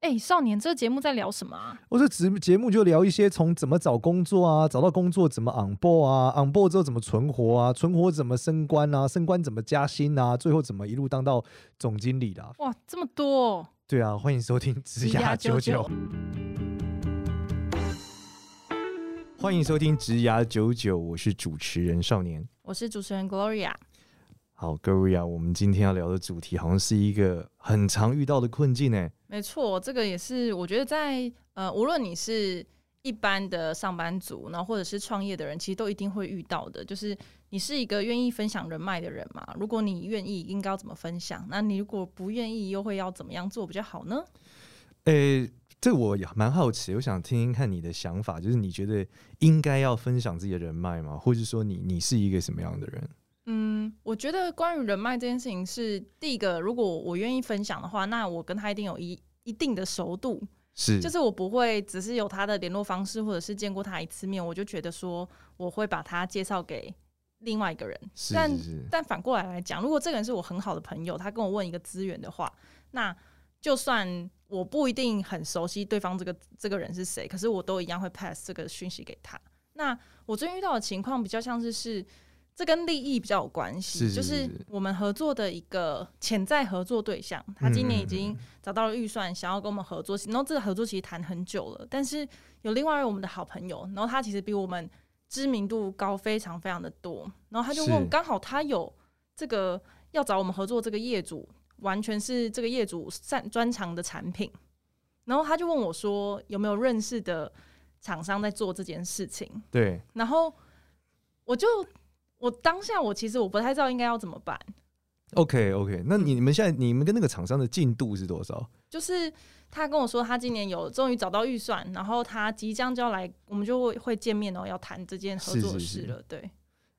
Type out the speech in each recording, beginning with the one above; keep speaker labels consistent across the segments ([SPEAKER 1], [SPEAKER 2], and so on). [SPEAKER 1] 哎、少年，这个节目在聊什么啊？
[SPEAKER 2] 我这节节目就聊一些从怎么找工作啊，找到工作怎么 on board 啊，on board 之后怎么存活啊，存活怎么升官啊，升官怎么加薪啊，最后怎么一路当到总经理啦。
[SPEAKER 1] 哇，这么多、哦！
[SPEAKER 2] 对啊，欢迎收听《职涯九九》。 欢迎收听《职涯九九》，我是主持人少年。
[SPEAKER 1] 我是主持人 Gloria。
[SPEAKER 2] 好，各位啊，我们今天要聊的主题好像是一个很常遇到的困境欸呢。
[SPEAKER 1] 没错，这个也是我觉得在呃，无论你是一般的上班族，然后或者是创业的人，其实都一定会遇到的。就是你是一个愿意分享人脉的人嘛？如果你愿意，应该要怎么分享？那你如果不愿意，又会要怎么样做比较好呢？
[SPEAKER 2] 诶、这我也蛮好奇，我想听听看你的想法，就是你觉得应该要分享自己的人脉吗？或者说你你是一个什么样的人？
[SPEAKER 1] 嗯，我觉得关于人脉这件事情是第一个，如果我愿意分享的话，那我跟他一定有一一定的熟度，
[SPEAKER 2] 是，
[SPEAKER 1] 就是我不会只是有他的联络方式，或者是见过他一次面，我就觉得说我会把他介绍给另外一个人。
[SPEAKER 2] 是
[SPEAKER 1] 但
[SPEAKER 2] 是是，
[SPEAKER 1] 但反过来来讲，如果这个人是我很好的朋友，他跟我问一个资源的话，那就算我不一定很熟悉对方这个这个人是谁，可是我都一样会 pass 这个讯息给他。那我最近遇到的情况比较像是是。这跟利益比较有关系，
[SPEAKER 2] 是是
[SPEAKER 1] 就是
[SPEAKER 2] 是
[SPEAKER 1] 我们合作的一个潜在合作对象，他今年已
[SPEAKER 2] 嗯嗯
[SPEAKER 1] 经找到了预算，想要跟我们合作。然后这个合作其实谈很久了，但是有另外一位我们的好朋友，然后他其实比我们知名度高非常非常的多。然后他就是问，刚好他有这个要找我们合作这个业主，完全是这个业主擅专长的产品。然后他就问我说，有没有认识的厂商在做这件事情？
[SPEAKER 2] 对，
[SPEAKER 1] 然后我就我当下我其实我不太知道应该要怎么办，
[SPEAKER 2] OK OK，那
[SPEAKER 1] 嗯
[SPEAKER 2] 你你们现在你们跟那个厂商的进度是多少？
[SPEAKER 1] 就是他跟我说，他今年有终于找到预算，然后他即将就要来，我们就会会见面哦，要谈这件合作的
[SPEAKER 2] 是是
[SPEAKER 1] 事
[SPEAKER 2] 是
[SPEAKER 1] 了。对，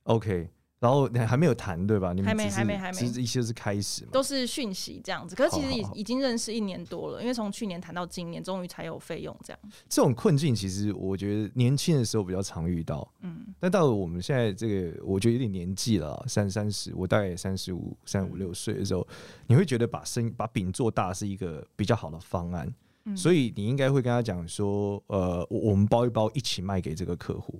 [SPEAKER 2] OK，然后你还没有谈对吧？你们
[SPEAKER 1] 还没
[SPEAKER 2] 只是
[SPEAKER 1] 还没还没
[SPEAKER 2] 只是一些是开始嘛？
[SPEAKER 1] 都是讯息这样子。可是其实
[SPEAKER 2] 好
[SPEAKER 1] 已
[SPEAKER 2] 好好
[SPEAKER 1] 已经认识一年多了，因为从去年谈到今年，终于才有费用这样。
[SPEAKER 2] 这种困境其实我觉得年轻的时候比较常遇到，
[SPEAKER 1] 嗯，
[SPEAKER 2] 但到了我们现在这个，我觉得有点年纪了啊，三三十，我大概三十五、三
[SPEAKER 1] 嗯
[SPEAKER 2] 五六岁的时候，你会觉得把生把饼做大是一个比较好的方案，
[SPEAKER 1] 嗯
[SPEAKER 2] 所以你应该会跟他讲说，呃，我我们包一包一起卖给这个客户。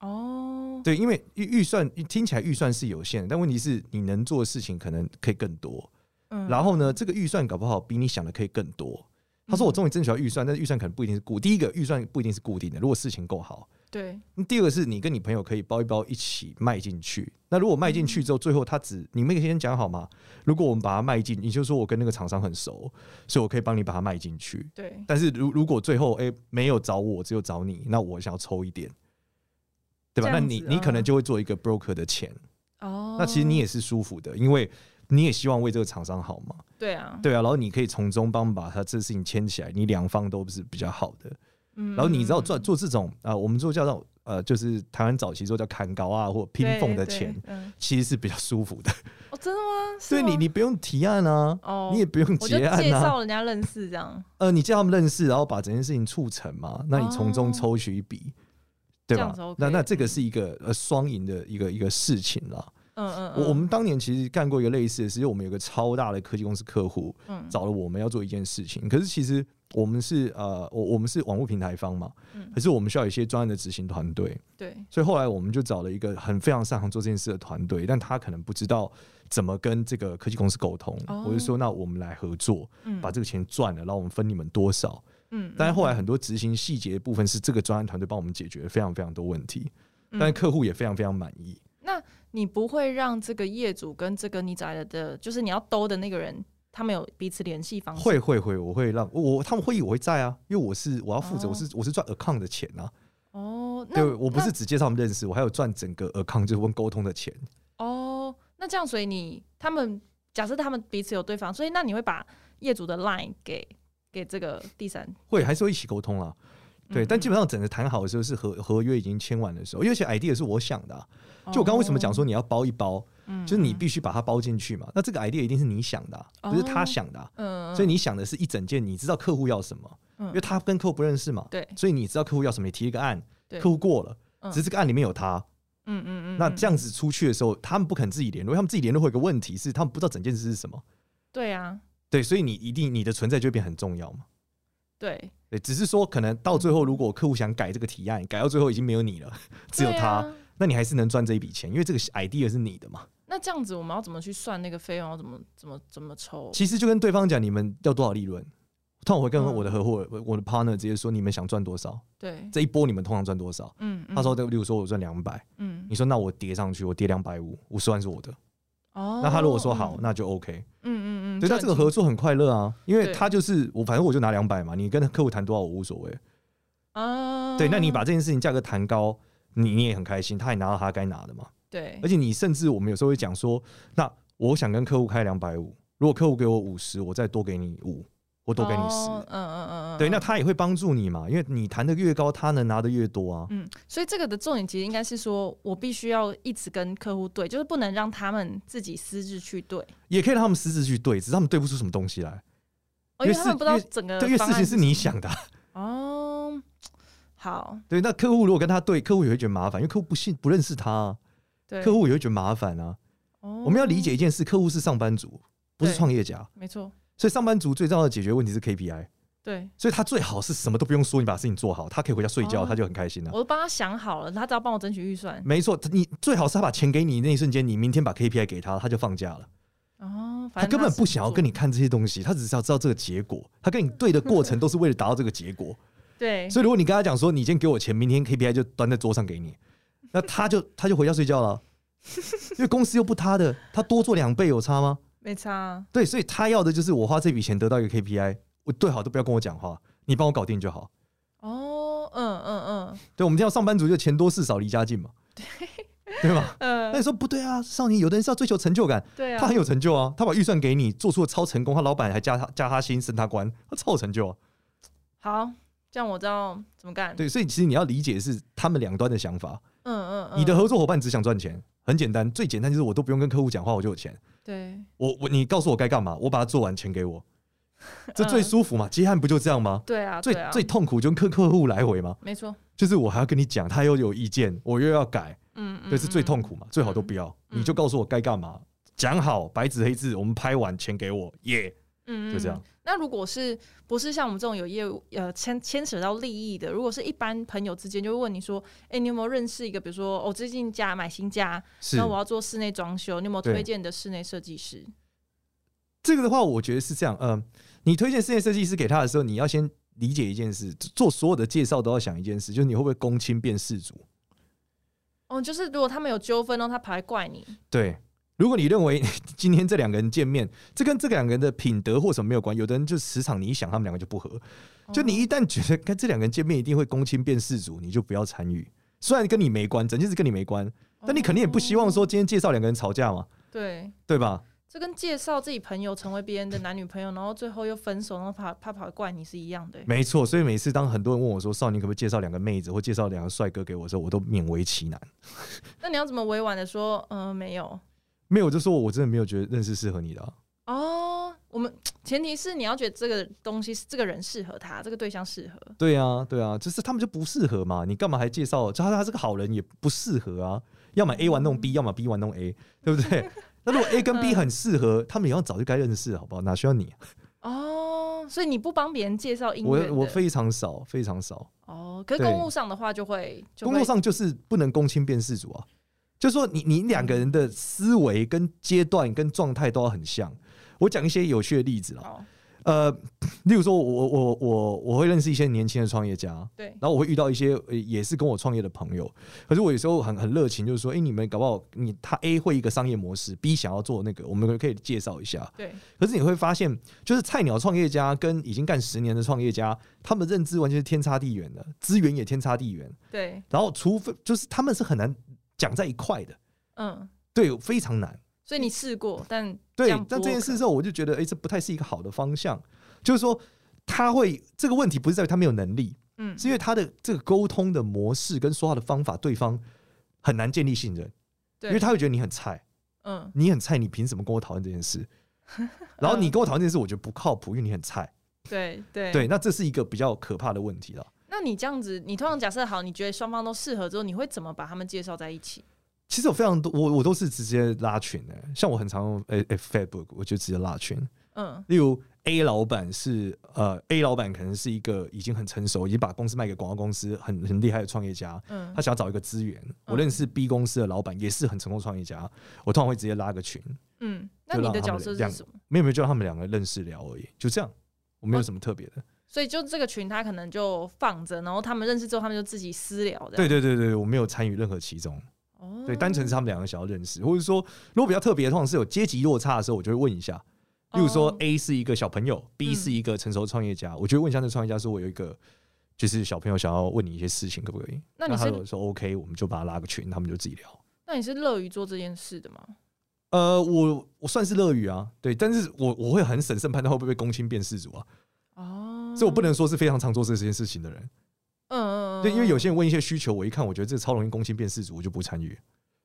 [SPEAKER 1] 哦，
[SPEAKER 2] 对，因为预预算听起来预算是有限的，但问题是你能做的事情可能可以更多。
[SPEAKER 1] 嗯
[SPEAKER 2] 然后呢，这个预算搞不好比你想的可以更多。
[SPEAKER 1] 嗯
[SPEAKER 2] 他说我终于争取到预算，但是预算可能不一定是固。第一个预算不一定是固定的，如果事情够好，
[SPEAKER 1] 对，
[SPEAKER 2] 那第二个是你跟你朋友可以包一包一起卖进去。那如果卖进去之后，最后他只你们可以先讲好吗？如果我们把它卖进，你就说我跟那个厂商很熟，所以我可以帮你把它卖进去。
[SPEAKER 1] 对，
[SPEAKER 2] 但是如如果最后诶没有找我，只有找你，那我想要抽一点，对吧？
[SPEAKER 1] 这
[SPEAKER 2] 那
[SPEAKER 1] 样
[SPEAKER 2] 你
[SPEAKER 1] 子
[SPEAKER 2] 你可
[SPEAKER 1] 啊
[SPEAKER 2] 能就会做一个 broker 的钱，
[SPEAKER 1] 哦，
[SPEAKER 2] 那其实你也是舒服的，因为你也希望为这个厂商好嘛，
[SPEAKER 1] 对啊，
[SPEAKER 2] 对啊，然后你可以从中帮把他这事情牵起来，你两方都是比较好的。
[SPEAKER 1] 嗯
[SPEAKER 2] 然后你知道做做这种啊、呃我们做叫做呃，就是台湾早期做叫砍高啊或拼缝的，钱
[SPEAKER 1] 对，对嗯，
[SPEAKER 2] 其实是比较舒服的。
[SPEAKER 1] 哦，真的吗？是
[SPEAKER 2] 对你
[SPEAKER 1] 吗
[SPEAKER 2] 你不用提案啊，
[SPEAKER 1] 哦，
[SPEAKER 2] 你也不用
[SPEAKER 1] 我就
[SPEAKER 2] 结案
[SPEAKER 1] 介
[SPEAKER 2] 啊，
[SPEAKER 1] 绍人家认识这样，
[SPEAKER 2] 呃，你叫他们认识，然后把整件事情促成嘛，那你从中
[SPEAKER 1] 哦
[SPEAKER 2] 抽取一笔。对
[SPEAKER 1] 这样
[SPEAKER 2] 吧
[SPEAKER 1] 子？OK，
[SPEAKER 2] 那那这个
[SPEAKER 1] 嗯
[SPEAKER 2] 是一个呃双赢的一个一个事情啦。
[SPEAKER 1] 嗯嗯，
[SPEAKER 2] 我
[SPEAKER 1] 嗯
[SPEAKER 2] 我们当年其实干过一个类似的事，因为我们有个超大的科技公司客户，
[SPEAKER 1] 嗯
[SPEAKER 2] 找了我们要做一件事情，可是其实我们是呃，我我们是网络平台方嘛，
[SPEAKER 1] 嗯
[SPEAKER 2] 可是我们需要有一些专案的执行团队，
[SPEAKER 1] 对，
[SPEAKER 2] 所以后来我们就找了一个很非常擅长做这件事的团队，但他可能不知道怎么跟这个科技公司沟通，
[SPEAKER 1] 哦
[SPEAKER 2] 我就说那我们来合作，
[SPEAKER 1] 嗯
[SPEAKER 2] 把这个钱赚了，然后我们分你们多少。
[SPEAKER 1] 嗯，
[SPEAKER 2] 但是后来
[SPEAKER 1] 嗯
[SPEAKER 2] 很多执行细节的部分是这个专案团队帮我们解决非常非常多问题，
[SPEAKER 1] 嗯
[SPEAKER 2] 但是客户也非常非常满意。
[SPEAKER 1] 你不会让这个业主跟这个你找来的，就是你要兜的那个人，他们有彼此联系方式。
[SPEAKER 2] 会会会，我会让我我他们会议我会在啊，因为我是我要负责，我是我是赚 account 的钱啊。
[SPEAKER 1] 哦，那
[SPEAKER 2] 对，我不是只介绍他们认识，我还有赚整个 account 就是问沟通的钱。
[SPEAKER 1] 哦，那这样，所以你他们假设他们彼此有对方，所以那你会把业主的 line 给给这个第三，
[SPEAKER 2] 会还是会一起沟通啦。对，
[SPEAKER 1] 嗯
[SPEAKER 2] 但基本上整个谈好的时候是合合约已经签完的时候，因为而且 idea 是我想的啊、就我刚刚为什么讲说你要包一包，
[SPEAKER 1] 嗯哦嗯，嗯
[SPEAKER 2] 就是你必须把它包进去嘛。那这个 idea 一定是你想的啊、
[SPEAKER 1] 哦
[SPEAKER 2] 不是他想的啊、
[SPEAKER 1] 嗯，
[SPEAKER 2] 所以
[SPEAKER 1] 你
[SPEAKER 2] 你想的是一整件，你知道客户要什么，
[SPEAKER 1] 嗯
[SPEAKER 2] 因为他跟客户不认识嘛，
[SPEAKER 1] 对
[SPEAKER 2] 所以你知道客户要什么，你提一个案，
[SPEAKER 1] 对
[SPEAKER 2] 客户过了，
[SPEAKER 1] 嗯
[SPEAKER 2] 只是这个案里面有他，
[SPEAKER 1] 嗯嗯嗯，
[SPEAKER 2] 那这
[SPEAKER 1] 样
[SPEAKER 2] 样子出去的时候，他们不肯自己联络，因为他们自己联络会有个问题是他们不知道整件事是什么，
[SPEAKER 1] 对啊，
[SPEAKER 2] 对，所以你一定你的存在就会变很重要嘛。
[SPEAKER 1] 对，
[SPEAKER 2] 对，只是说可能到最后，如果客户想改这个提案，改到最后已经没有你了， 只有
[SPEAKER 1] 对
[SPEAKER 2] 他，
[SPEAKER 1] 啊
[SPEAKER 2] 那你还是能赚这一笔钱，因为这个 idea 是你的嘛。
[SPEAKER 1] 那这样子我们要怎么去算那个费用？要怎么怎么怎么抽？
[SPEAKER 2] 其实就跟对方讲你们要多少利润，通常我会跟
[SPEAKER 1] 嗯
[SPEAKER 2] 我的合伙、我的 partner 直接说你们想赚多少，
[SPEAKER 1] 对，
[SPEAKER 2] 这一波你们通常赚多少。
[SPEAKER 1] 嗯，嗯
[SPEAKER 2] 他说，例如说我赚两百，
[SPEAKER 1] 嗯
[SPEAKER 2] 你，说那我叠上去，我叠两百五，五十万是我的。
[SPEAKER 1] 哦，
[SPEAKER 2] 那他如果说好，
[SPEAKER 1] 嗯
[SPEAKER 2] 那就 OK。
[SPEAKER 1] 嗯嗯嗯，
[SPEAKER 2] 对，那这个合
[SPEAKER 1] 合
[SPEAKER 2] 作很快乐啊，因为
[SPEAKER 1] 对
[SPEAKER 2] 他就是我，反正我就拿两百嘛，你跟客户谈多少我无所谓。
[SPEAKER 1] 啊，
[SPEAKER 2] 对，那你把这件事情价格谈高，你你也很开心，他也拿到他该拿的嘛。
[SPEAKER 1] 对
[SPEAKER 2] 而且你甚至我们有时候会讲说，那我想跟客户开两百五，如果客户给我五十，我再多给你五，我多给你十、
[SPEAKER 1] 哦嗯嗯嗯嗯，
[SPEAKER 2] 对，那
[SPEAKER 1] 嗯
[SPEAKER 2] 他也会帮助你嘛，因为你谈的越高，他能拿的越多啊。
[SPEAKER 1] 嗯，所以这个的重点其实应该是说，我必须要一直跟客户对，就是不能让他们自己私自去对，
[SPEAKER 2] 也可以让他们私自去对，只是他们对不出什么东西来。
[SPEAKER 1] 哦，因
[SPEAKER 2] 因为
[SPEAKER 1] 为他们
[SPEAKER 2] 事
[SPEAKER 1] 不知道
[SPEAKER 2] 因为
[SPEAKER 1] 整个
[SPEAKER 2] 对，因为
[SPEAKER 1] 呃方
[SPEAKER 2] 事情
[SPEAKER 1] 案
[SPEAKER 2] 是你想的啊、
[SPEAKER 1] 哦，好，
[SPEAKER 2] 对，那客户如果跟他对，客户也会觉得麻烦，因为客户不信不认识他啊、
[SPEAKER 1] 对，
[SPEAKER 2] 客户也会觉得麻烦啊。
[SPEAKER 1] 我
[SPEAKER 2] 我们要理解一件事，客户是上班族，不是
[SPEAKER 1] 对
[SPEAKER 2] 创业家，
[SPEAKER 1] 没错，
[SPEAKER 2] 所以上班族最重要的解决问题是 KPI。
[SPEAKER 1] 对
[SPEAKER 2] 所以他最好是什么都不用说，你把事情做好，他可以回家睡觉，
[SPEAKER 1] 哦
[SPEAKER 2] 他就很开心了、
[SPEAKER 1] 我都帮他想好了，他只要帮我争取预算，
[SPEAKER 2] 没错，你最好是他把钱给你那一瞬间，你明天把 KPI 给他，他就放假了。
[SPEAKER 1] 哦，反
[SPEAKER 2] 他
[SPEAKER 1] 正
[SPEAKER 2] 根本不想要跟
[SPEAKER 1] 你
[SPEAKER 2] 你看这些东西，他只是要知道这个结果。他跟你对的过程都是为了达到这个结果。
[SPEAKER 1] 对，
[SPEAKER 2] 所以如果你跟他讲说，你今天给我钱，明天 KPI 就端在桌上 给你，那他就他就回家睡觉了，因为公司又不他的，他多做两倍有差吗？
[SPEAKER 1] 没差啊，
[SPEAKER 2] 对，所以他要的就是我花这笔钱得到一个 KPI，我最好都不要跟我讲话，你帮我搞定就好。
[SPEAKER 1] 哦，嗯嗯
[SPEAKER 2] 对，我们这样上班族就钱多事少离家近嘛，对对吧？
[SPEAKER 1] 嗯，
[SPEAKER 2] 那你
[SPEAKER 1] 呃，
[SPEAKER 2] 说不对啊，少年有的人是要追求成就感，
[SPEAKER 1] 对
[SPEAKER 2] 他
[SPEAKER 1] 啊
[SPEAKER 2] 很，有成就啊，他把预算给你，做出了超成功，他老板还加他加他薪升他官，他超有成就啊。
[SPEAKER 1] 好，这样我知道怎么干，
[SPEAKER 2] 对，所以其实你要理解是他们两端的想法。
[SPEAKER 1] 嗯嗯嗯，
[SPEAKER 2] 你的合作伙伴只想赚钱，很简单，最简单就是我都不用跟客户讲话，我就有钱。
[SPEAKER 1] 对
[SPEAKER 2] 我我你告诉我该干嘛，我把它做完，钱 给我，这最舒服嘛？接案不就这样吗？
[SPEAKER 1] 对啊，
[SPEAKER 2] 最
[SPEAKER 1] 对啊
[SPEAKER 2] 最痛苦就跟客客户来回嘛，
[SPEAKER 1] 没错，
[SPEAKER 2] 就是我还要跟你讲，他又有意见，我又要改，
[SPEAKER 1] 嗯，嗯
[SPEAKER 2] 这是最
[SPEAKER 1] 嗯
[SPEAKER 2] 痛苦嘛，最好都不要，
[SPEAKER 1] 嗯
[SPEAKER 2] 你就告诉我该干嘛，讲好白纸黑字，我们拍完钱给我，耶，
[SPEAKER 1] 嗯，
[SPEAKER 2] 就这样
[SPEAKER 1] 嗯。那如果是不是像我们这种有业务呃牵牵扯到利益的，如果是一般朋友之间，就会问你说，哎、你有没有认识一个，比如说我、哦最近家买新家，
[SPEAKER 2] 是
[SPEAKER 1] 那我要做室内装修，你有没有
[SPEAKER 2] 对
[SPEAKER 1] 推荐的室内设计师？
[SPEAKER 2] 这个的话，我觉得是这样。嗯、你推荐室内设计师给他的时候，你要先理解一件事，做所有的介绍都要想一件事，就是你会不会公亲变事主？
[SPEAKER 1] 哦，就是如果他们有纠纷，然后他跑来怪你，
[SPEAKER 2] 对，如果你认为 今天这两个人见面，这跟这两个人的品德或什么没有关，有的人就时常你一想他们两个就不合，就你一旦觉得跟这两个人见面一定会公亲变事主，你就不要参与。虽然跟你没关，整件事跟你没关，
[SPEAKER 1] 哦，
[SPEAKER 2] 但你肯定也不希望说今天介绍两个人吵架嘛，
[SPEAKER 1] 对。
[SPEAKER 2] 对吧？
[SPEAKER 1] 这跟介绍自己朋友成为别人的男女朋友，然后最后又分手，然后怕怕跑来怪你是一样的、欸
[SPEAKER 2] 没错，所以每次当很多人问我说少年可不可以介绍两个妹子或介绍两个帅哥给我的时候，我都勉为其难。
[SPEAKER 1] 那你要怎么委婉的说，嗯、没有
[SPEAKER 2] 没有，我就说我真的没有觉得认识适合你的啊、
[SPEAKER 1] 哦。我们前提是你要觉得这个东西是这个人适合他，这个对象适合。
[SPEAKER 2] 对啊，对啊，就是他们就不适合嘛。你干嘛还介绍？就他他是个好人也不适合啊。要么 A 玩弄 B，要么
[SPEAKER 1] 嗯
[SPEAKER 2] B 玩弄 A，对不对？ 那如果 A 跟 B 很适合，他们也要早就该认识，好不好？哪需要你？啊
[SPEAKER 1] 哦，所以你不帮别人介绍音乐
[SPEAKER 2] 我
[SPEAKER 1] 的，
[SPEAKER 2] 我非常少，非常少。
[SPEAKER 1] 哦，可是
[SPEAKER 2] 对
[SPEAKER 1] 公路上的话就会，就会
[SPEAKER 2] 工作上就是不能公亲变事主啊，就说你你两个人
[SPEAKER 1] 嗯
[SPEAKER 2] 的思维跟阶段跟状态都要很像。我讲一些有趣的例子啊，
[SPEAKER 1] 哦，
[SPEAKER 2] 呃， 例如说我我我我会认识一些年轻的创业家，啊
[SPEAKER 1] 对，
[SPEAKER 2] 然后我会遇到一些呃也是跟我创业的朋友，可是我有时候很很热情，就是说，哎、你们搞不好你他 A 会一个商业模式，B 想要做那个，我们可以介绍一下。
[SPEAKER 1] 对，
[SPEAKER 2] 可是你会发现，就是菜鸟创业家跟已经干十年的创业家，他们认知完全是天差地远的，资源也天差地远。
[SPEAKER 1] 对，
[SPEAKER 2] 然后，除非就是他们是很难讲在一块的，
[SPEAKER 1] 嗯，
[SPEAKER 2] 对，非常难。
[SPEAKER 1] 所以你试过，但
[SPEAKER 2] 对
[SPEAKER 1] 样，
[SPEAKER 2] 但
[SPEAKER 1] 不
[SPEAKER 2] 这件
[SPEAKER 1] work
[SPEAKER 2] 事之后，我就觉得，哎、这不太是一个好的方向。就是说，他会这个问题不是在于他没有能力，
[SPEAKER 1] 嗯，
[SPEAKER 2] 是因为他的这个沟通的模式跟说话的方法，对方很难建立信任，
[SPEAKER 1] 对，
[SPEAKER 2] 因为他会觉得你很菜，
[SPEAKER 1] 嗯，
[SPEAKER 2] 你很菜，你凭什么跟我讨论这件事？ 然后你跟我讨论这件事，我觉得不靠谱，因为你很菜。
[SPEAKER 1] 对嗯对
[SPEAKER 2] 对，那这是一个比较可怕的问题了。
[SPEAKER 1] 那你这样子，你通常假设好，你觉得双方都适合之后，你会怎么把他们介绍在一起？
[SPEAKER 2] 其实有非常多，我我哎都是直接拉群的、像我很常用诶诶 Facebook，我就直接拉群。
[SPEAKER 1] 嗯，
[SPEAKER 2] 例如 A 老板是呃 A 老板可能是一个已经很成熟，已经把公司卖给广告公司很很厉害的创业家，
[SPEAKER 1] 嗯
[SPEAKER 2] 他想要找一个资源。我认识 B 公司的老板也是很成功创业家，我通常会直接拉个群，
[SPEAKER 1] 嗯，那
[SPEAKER 2] 就
[SPEAKER 1] 你
[SPEAKER 2] 让
[SPEAKER 1] 的
[SPEAKER 2] 他
[SPEAKER 1] 角
[SPEAKER 2] 们
[SPEAKER 1] 色
[SPEAKER 2] 两
[SPEAKER 1] 是什么？
[SPEAKER 2] 没有没有就让他们两个认识聊而已，就这样，我没有
[SPEAKER 1] 哦
[SPEAKER 2] 什么特别的。
[SPEAKER 1] 所以就这个群，他可能就放着，然后他们认识之后，他们就自己私聊的。
[SPEAKER 2] 对，对对对，我没有参与任何其中。
[SPEAKER 1] 哦，
[SPEAKER 2] 对，单纯是他们两个想要认识，或者说如果比较特别，通常是有阶级落差的时候，我就会问一下。例如说
[SPEAKER 1] 哦
[SPEAKER 2] ，A 是一个小朋友，B
[SPEAKER 1] 嗯
[SPEAKER 2] 是一个成熟创业家，我就会问一下那创业家说：“我有一个就是小朋友想要问你一些事情，可不可以？”
[SPEAKER 1] 那你
[SPEAKER 2] 他
[SPEAKER 1] 是
[SPEAKER 2] 如果说 OK，我们就把他拉个群，他们就自己聊。
[SPEAKER 1] 那你是乐于做这件事的吗？
[SPEAKER 2] 呃，我我算是乐于啊，对，但是我我会很审慎判断会不会被公亲变事主啊，
[SPEAKER 1] 哦，
[SPEAKER 2] 所以我不能说是非常常做这件事情的人，
[SPEAKER 1] 嗯，嗯嗯，
[SPEAKER 2] 对，因为有些
[SPEAKER 1] 嗯
[SPEAKER 2] 人问一些需求，我一看我觉得这超容易公亲变事主，我就不参与，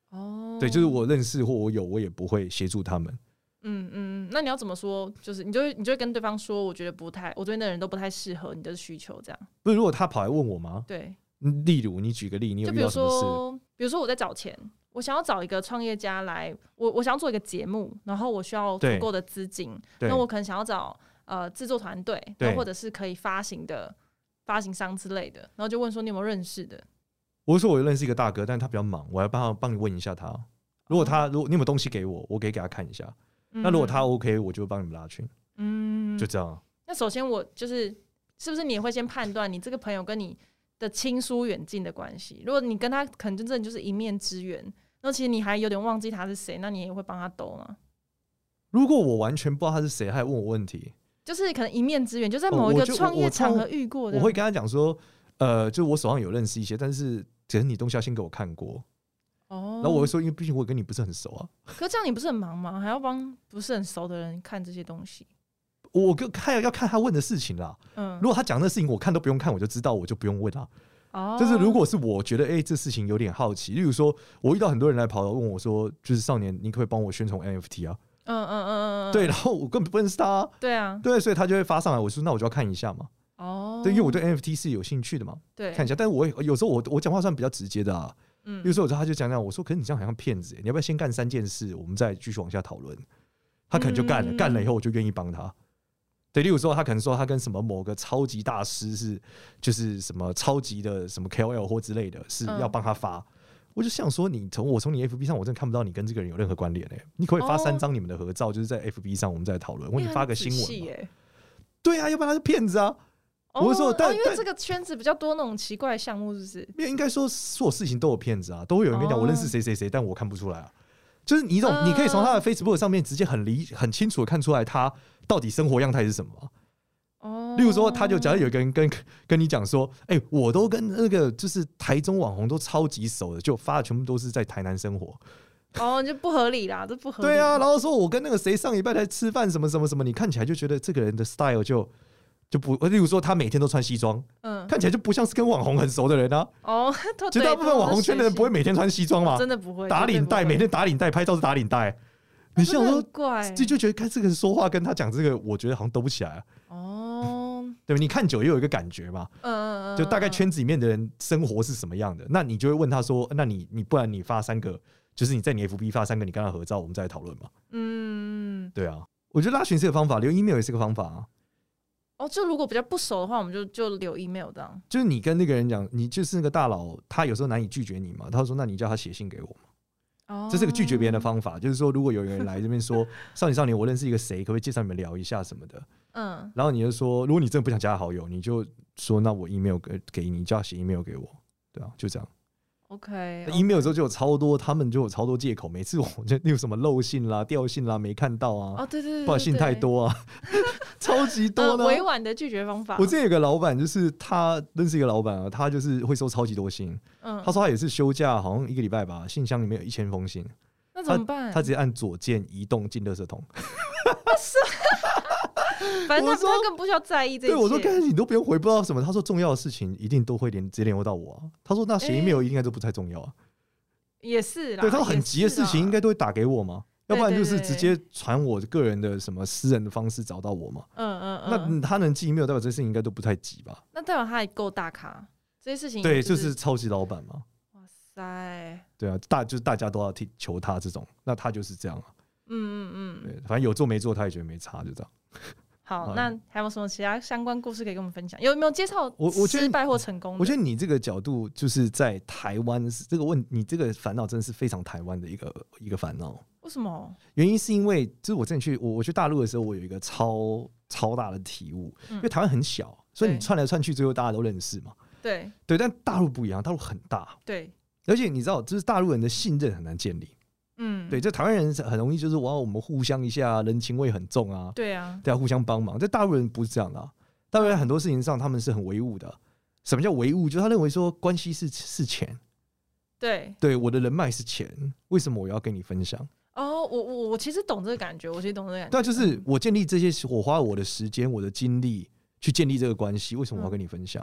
[SPEAKER 1] 哦，
[SPEAKER 2] 对，就是我认识或我有，我也不会协助他们。
[SPEAKER 1] 嗯嗯，嗯那你要怎么说？就是你就会你就会跟对方说，我觉得不太，我对那人都不太适合你的需求，这样
[SPEAKER 2] 不是，如果他跑来问我吗？嗯
[SPEAKER 1] 对。
[SPEAKER 2] 例如，你举个例，你有
[SPEAKER 1] 就
[SPEAKER 2] 遇
[SPEAKER 1] 比
[SPEAKER 2] 到
[SPEAKER 1] 如
[SPEAKER 2] 什么事？
[SPEAKER 1] 说，比如说我在找钱，我想要找一个创业家来，我我想要做一个节目，然后我需要足
[SPEAKER 2] 对
[SPEAKER 1] 够的资金，
[SPEAKER 2] 对
[SPEAKER 1] 那我可能想要找呃制作团队，
[SPEAKER 2] 对
[SPEAKER 1] 然后或者是可以发行的发行商之类的，然后就问说你有没有认识的？
[SPEAKER 2] 我是说我认识一个大哥，但他比较忙，我要帮他帮你问一下他。如果
[SPEAKER 1] 哦
[SPEAKER 2] 他如果你有没有东西给我，我可以给他看一下。那如果他 OK，我就帮你们拉群，
[SPEAKER 1] 嗯，
[SPEAKER 2] 就这样啊。
[SPEAKER 1] 那首先我就是是不是你也会先判断你这个朋友跟你的亲疏远近的关系？如果你跟他可能真正就是一面之缘，那其实你还有点忘记他是谁，那你也会帮他兜吗？
[SPEAKER 2] 如果我完全不知道他是谁，还问我问题，
[SPEAKER 1] 就是可能一面之缘，就在
[SPEAKER 2] 哦
[SPEAKER 1] 某一
[SPEAKER 2] 我
[SPEAKER 1] 个
[SPEAKER 2] 就
[SPEAKER 1] 创
[SPEAKER 2] 我
[SPEAKER 1] 业
[SPEAKER 2] 我
[SPEAKER 1] 场合
[SPEAKER 2] 通
[SPEAKER 1] 遇过的。
[SPEAKER 2] 我会跟他讲说，呃，就我手上有认识一些，但是只是你东西要先给我看过。
[SPEAKER 1] 哦，
[SPEAKER 2] 然后我会说，因为毕竟我跟你不是很熟啊，
[SPEAKER 1] 可这样你不是很忙吗？还要帮不是很熟的人看这些东西？
[SPEAKER 2] 我跟看要看他问的事情啦。
[SPEAKER 1] 嗯
[SPEAKER 2] 如，果他讲的事情我看都不用看，我就知道，我就不用问啦。啊
[SPEAKER 1] 哦
[SPEAKER 2] 就是如果是我觉得哎、诶这事情有点好奇，例如说我遇到很多人来跑来问我说，就是少年，你可不可以帮我宣传 NFT 啊？
[SPEAKER 1] 嗯嗯嗯嗯，嗯
[SPEAKER 2] 对，然后我根本不认识他啊、
[SPEAKER 1] 对啊，
[SPEAKER 2] 对，所以他就会发上来，我说那我就要看一下嘛，
[SPEAKER 1] 哦，
[SPEAKER 2] 对，因为我对 NFT 是有兴趣的嘛，
[SPEAKER 1] 对
[SPEAKER 2] 看一下。但是我也有时候我我讲话算比较直接的啊，
[SPEAKER 1] 嗯
[SPEAKER 2] 比如说我知道他就讲讲，我说可是你这样好像骗子、你要不要先干三件事，我们再继续往下讨论？他可能就干了，
[SPEAKER 1] 嗯
[SPEAKER 2] 干了以后我就愿意帮他。对，例如说，他可能说他跟什么某个超级大师是，就是什么超级的什么 KOL 或之类的，是
[SPEAKER 1] 嗯
[SPEAKER 2] 要帮他发。我就想说你，从我从你 FB 上，我真的看不到你跟这个人有任何关联诶、你可不可以发
[SPEAKER 1] 哦
[SPEAKER 2] 三张你们的合照，就是在 FB 上我们再讨论，或
[SPEAKER 1] 你
[SPEAKER 2] 者
[SPEAKER 1] 很
[SPEAKER 2] 发个
[SPEAKER 1] 仔
[SPEAKER 2] 新闻
[SPEAKER 1] 细
[SPEAKER 2] 嘛？
[SPEAKER 1] 耶
[SPEAKER 2] 对啊，要不然他是骗子啊。
[SPEAKER 1] 哦
[SPEAKER 2] 我是说但
[SPEAKER 1] 哦因为
[SPEAKER 2] 但
[SPEAKER 1] 这个圈子比较多那种奇怪的项目，是不是？
[SPEAKER 2] 没有，应该说所有事情都有骗子啊，都会有人跟你讲
[SPEAKER 1] 哦嗯
[SPEAKER 2] 我认识谁谁谁，但我看不出来啊。就是你一种，你可以从他的 Facebook 上面直接很理很清楚的看出来他到底生活样态是什么啊。
[SPEAKER 1] 哦，
[SPEAKER 2] 例如说，他就假如有一个人跟跟你讲说，哎、我都跟那个就是台中网红都超级熟的，就发的全部都是在台南生活。
[SPEAKER 1] 哦，就不合理啦，这不合理。
[SPEAKER 2] 对啊，然后说我跟那个谁上一拜来吃饭什么什么什么，你看起来就觉得这个人的 style 就就不，例如说他每天都穿西装，
[SPEAKER 1] 嗯，
[SPEAKER 2] 看起来就不像是跟网红很熟的人啊。
[SPEAKER 1] 哦， 都
[SPEAKER 2] 绝
[SPEAKER 1] 对哦
[SPEAKER 2] 大部分网红圈的人不会每天穿西装嘛，
[SPEAKER 1] 真的不会
[SPEAKER 2] 打领带，每天打领带，拍照是打领带。你
[SPEAKER 1] 想
[SPEAKER 2] 想说，
[SPEAKER 1] 哦怪
[SPEAKER 2] 这就觉得看这个人说话跟他讲这个，我觉得好像都不起来、啊，
[SPEAKER 1] 哦，嗯
[SPEAKER 2] 对吧？你看久也有一个感觉嘛，
[SPEAKER 1] 嗯嗯，嗯
[SPEAKER 2] 就大概圈子里面的人生活是什么样的，那你就会问他说，那你你不然你发三个，就是你在你 FB 发三个，你跟他合照，我们再来讨论嘛。
[SPEAKER 1] 嗯，
[SPEAKER 2] 对啊，我觉得拉群是个方法，留 email 也是个方法啊。
[SPEAKER 1] 哦，就如果比较不熟的话，我们就就留 email 这样。
[SPEAKER 2] 就是你跟那个人讲，你就是那个大佬，他有时候难以拒绝你嘛，他说那你叫他写信给我嘛。
[SPEAKER 1] 哦，
[SPEAKER 2] 这是个拒绝别人的方法，就是说，如果有人来这 边说“少年少年，我认识一个谁，可不可以介绍你们聊一下什么的
[SPEAKER 1] 嗯”，，
[SPEAKER 2] 然后你就说，如果你真的不想加他好友，你就说那我 email 给给你，叫他写 email 给我，对啊，就这样。
[SPEAKER 1] OK，
[SPEAKER 2] 那 email 之后就有超多，他们就有超多借口，每次我就有什么漏信啦、掉信啦、没看到啊，
[SPEAKER 1] 哦，对对对，
[SPEAKER 2] 不然信太多啊， 超级
[SPEAKER 1] 对，
[SPEAKER 2] 多
[SPEAKER 1] 呃
[SPEAKER 2] 呢。
[SPEAKER 1] 委婉的拒绝方法。
[SPEAKER 2] 我之前有个老板，就是他认识一个老板啊，他就是会收超级多信。
[SPEAKER 1] 嗯
[SPEAKER 2] 他，说他也是休假，好像一个礼拜吧，信箱里面有一千封信，
[SPEAKER 1] 那怎么办？
[SPEAKER 2] 他直接按左键移动进垃圾桶。
[SPEAKER 1] 反正他
[SPEAKER 2] 我说
[SPEAKER 1] 他更不需要在意这一
[SPEAKER 2] 对，
[SPEAKER 1] 切。
[SPEAKER 2] 我说刚才你都不用回，不知道什么。他说重要的事情一定都会连直接联络到我啊。他说那写
[SPEAKER 1] 哎
[SPEAKER 2] email 应该都不太重要啊。
[SPEAKER 1] 也是啦，嗯
[SPEAKER 2] 对他说很急的事情应
[SPEAKER 1] 该
[SPEAKER 2] 该都会打给我嘛，要
[SPEAKER 1] 对
[SPEAKER 2] 不然就是
[SPEAKER 1] 对
[SPEAKER 2] 直
[SPEAKER 1] 对
[SPEAKER 2] 接传我个人的什么私人的方式找到我嘛。
[SPEAKER 1] 嗯嗯嗯，
[SPEAKER 2] 那嗯他能寄 email 代表这事情应该都不太急吧？
[SPEAKER 1] 那代表他也够大咖，这些事情
[SPEAKER 2] 对，就是是超级老板嘛。
[SPEAKER 1] 哇塞，
[SPEAKER 2] 对啊，大就是大家都要替求他这种，那他就是这样啊。
[SPEAKER 1] 嗯嗯
[SPEAKER 2] 对，反正有做没做他也觉得没差，就这样。
[SPEAKER 1] 嗯，好，那还有什么其他相关故事可以跟我们分享？有没有介绍
[SPEAKER 2] 我我觉得
[SPEAKER 1] 失败或成功的？
[SPEAKER 2] 我觉得你这个角度就是在台湾是这个问，你这个烦恼真的是非常台湾的一个一个烦恼。啊
[SPEAKER 1] 为什么？
[SPEAKER 2] 原因是因为，就是我之前去我我去大陆的时候，我有一个超超大的体悟，
[SPEAKER 1] 嗯
[SPEAKER 2] 因为台湾很小，所以你
[SPEAKER 1] 对
[SPEAKER 2] 串来串去，最后大家都认识嘛。
[SPEAKER 1] 对
[SPEAKER 2] 对，但大陆不一样，大陆很大，
[SPEAKER 1] 对，
[SPEAKER 2] 而且你知道，就是大陆人的信任很难建立。
[SPEAKER 1] 嗯，
[SPEAKER 2] 对，这台湾人是很容易就是哇，我们互相一下，人情味很重啊，
[SPEAKER 1] 对啊，
[SPEAKER 2] 对啊，互相帮忙。在大陆人不是这样的啊、大陆人很多事情上他们是很唯物的。什么叫唯物？就是他认为说关系是是钱，
[SPEAKER 1] 对
[SPEAKER 2] 对我的人脉是钱，为什么我要跟你分享？
[SPEAKER 1] 哦，我我我其实懂这个感觉，我其实懂这个感觉。
[SPEAKER 2] 对啊，就是我建立这些，我花我的时间、我的精力去建立这个关系，为什么我要跟你分享？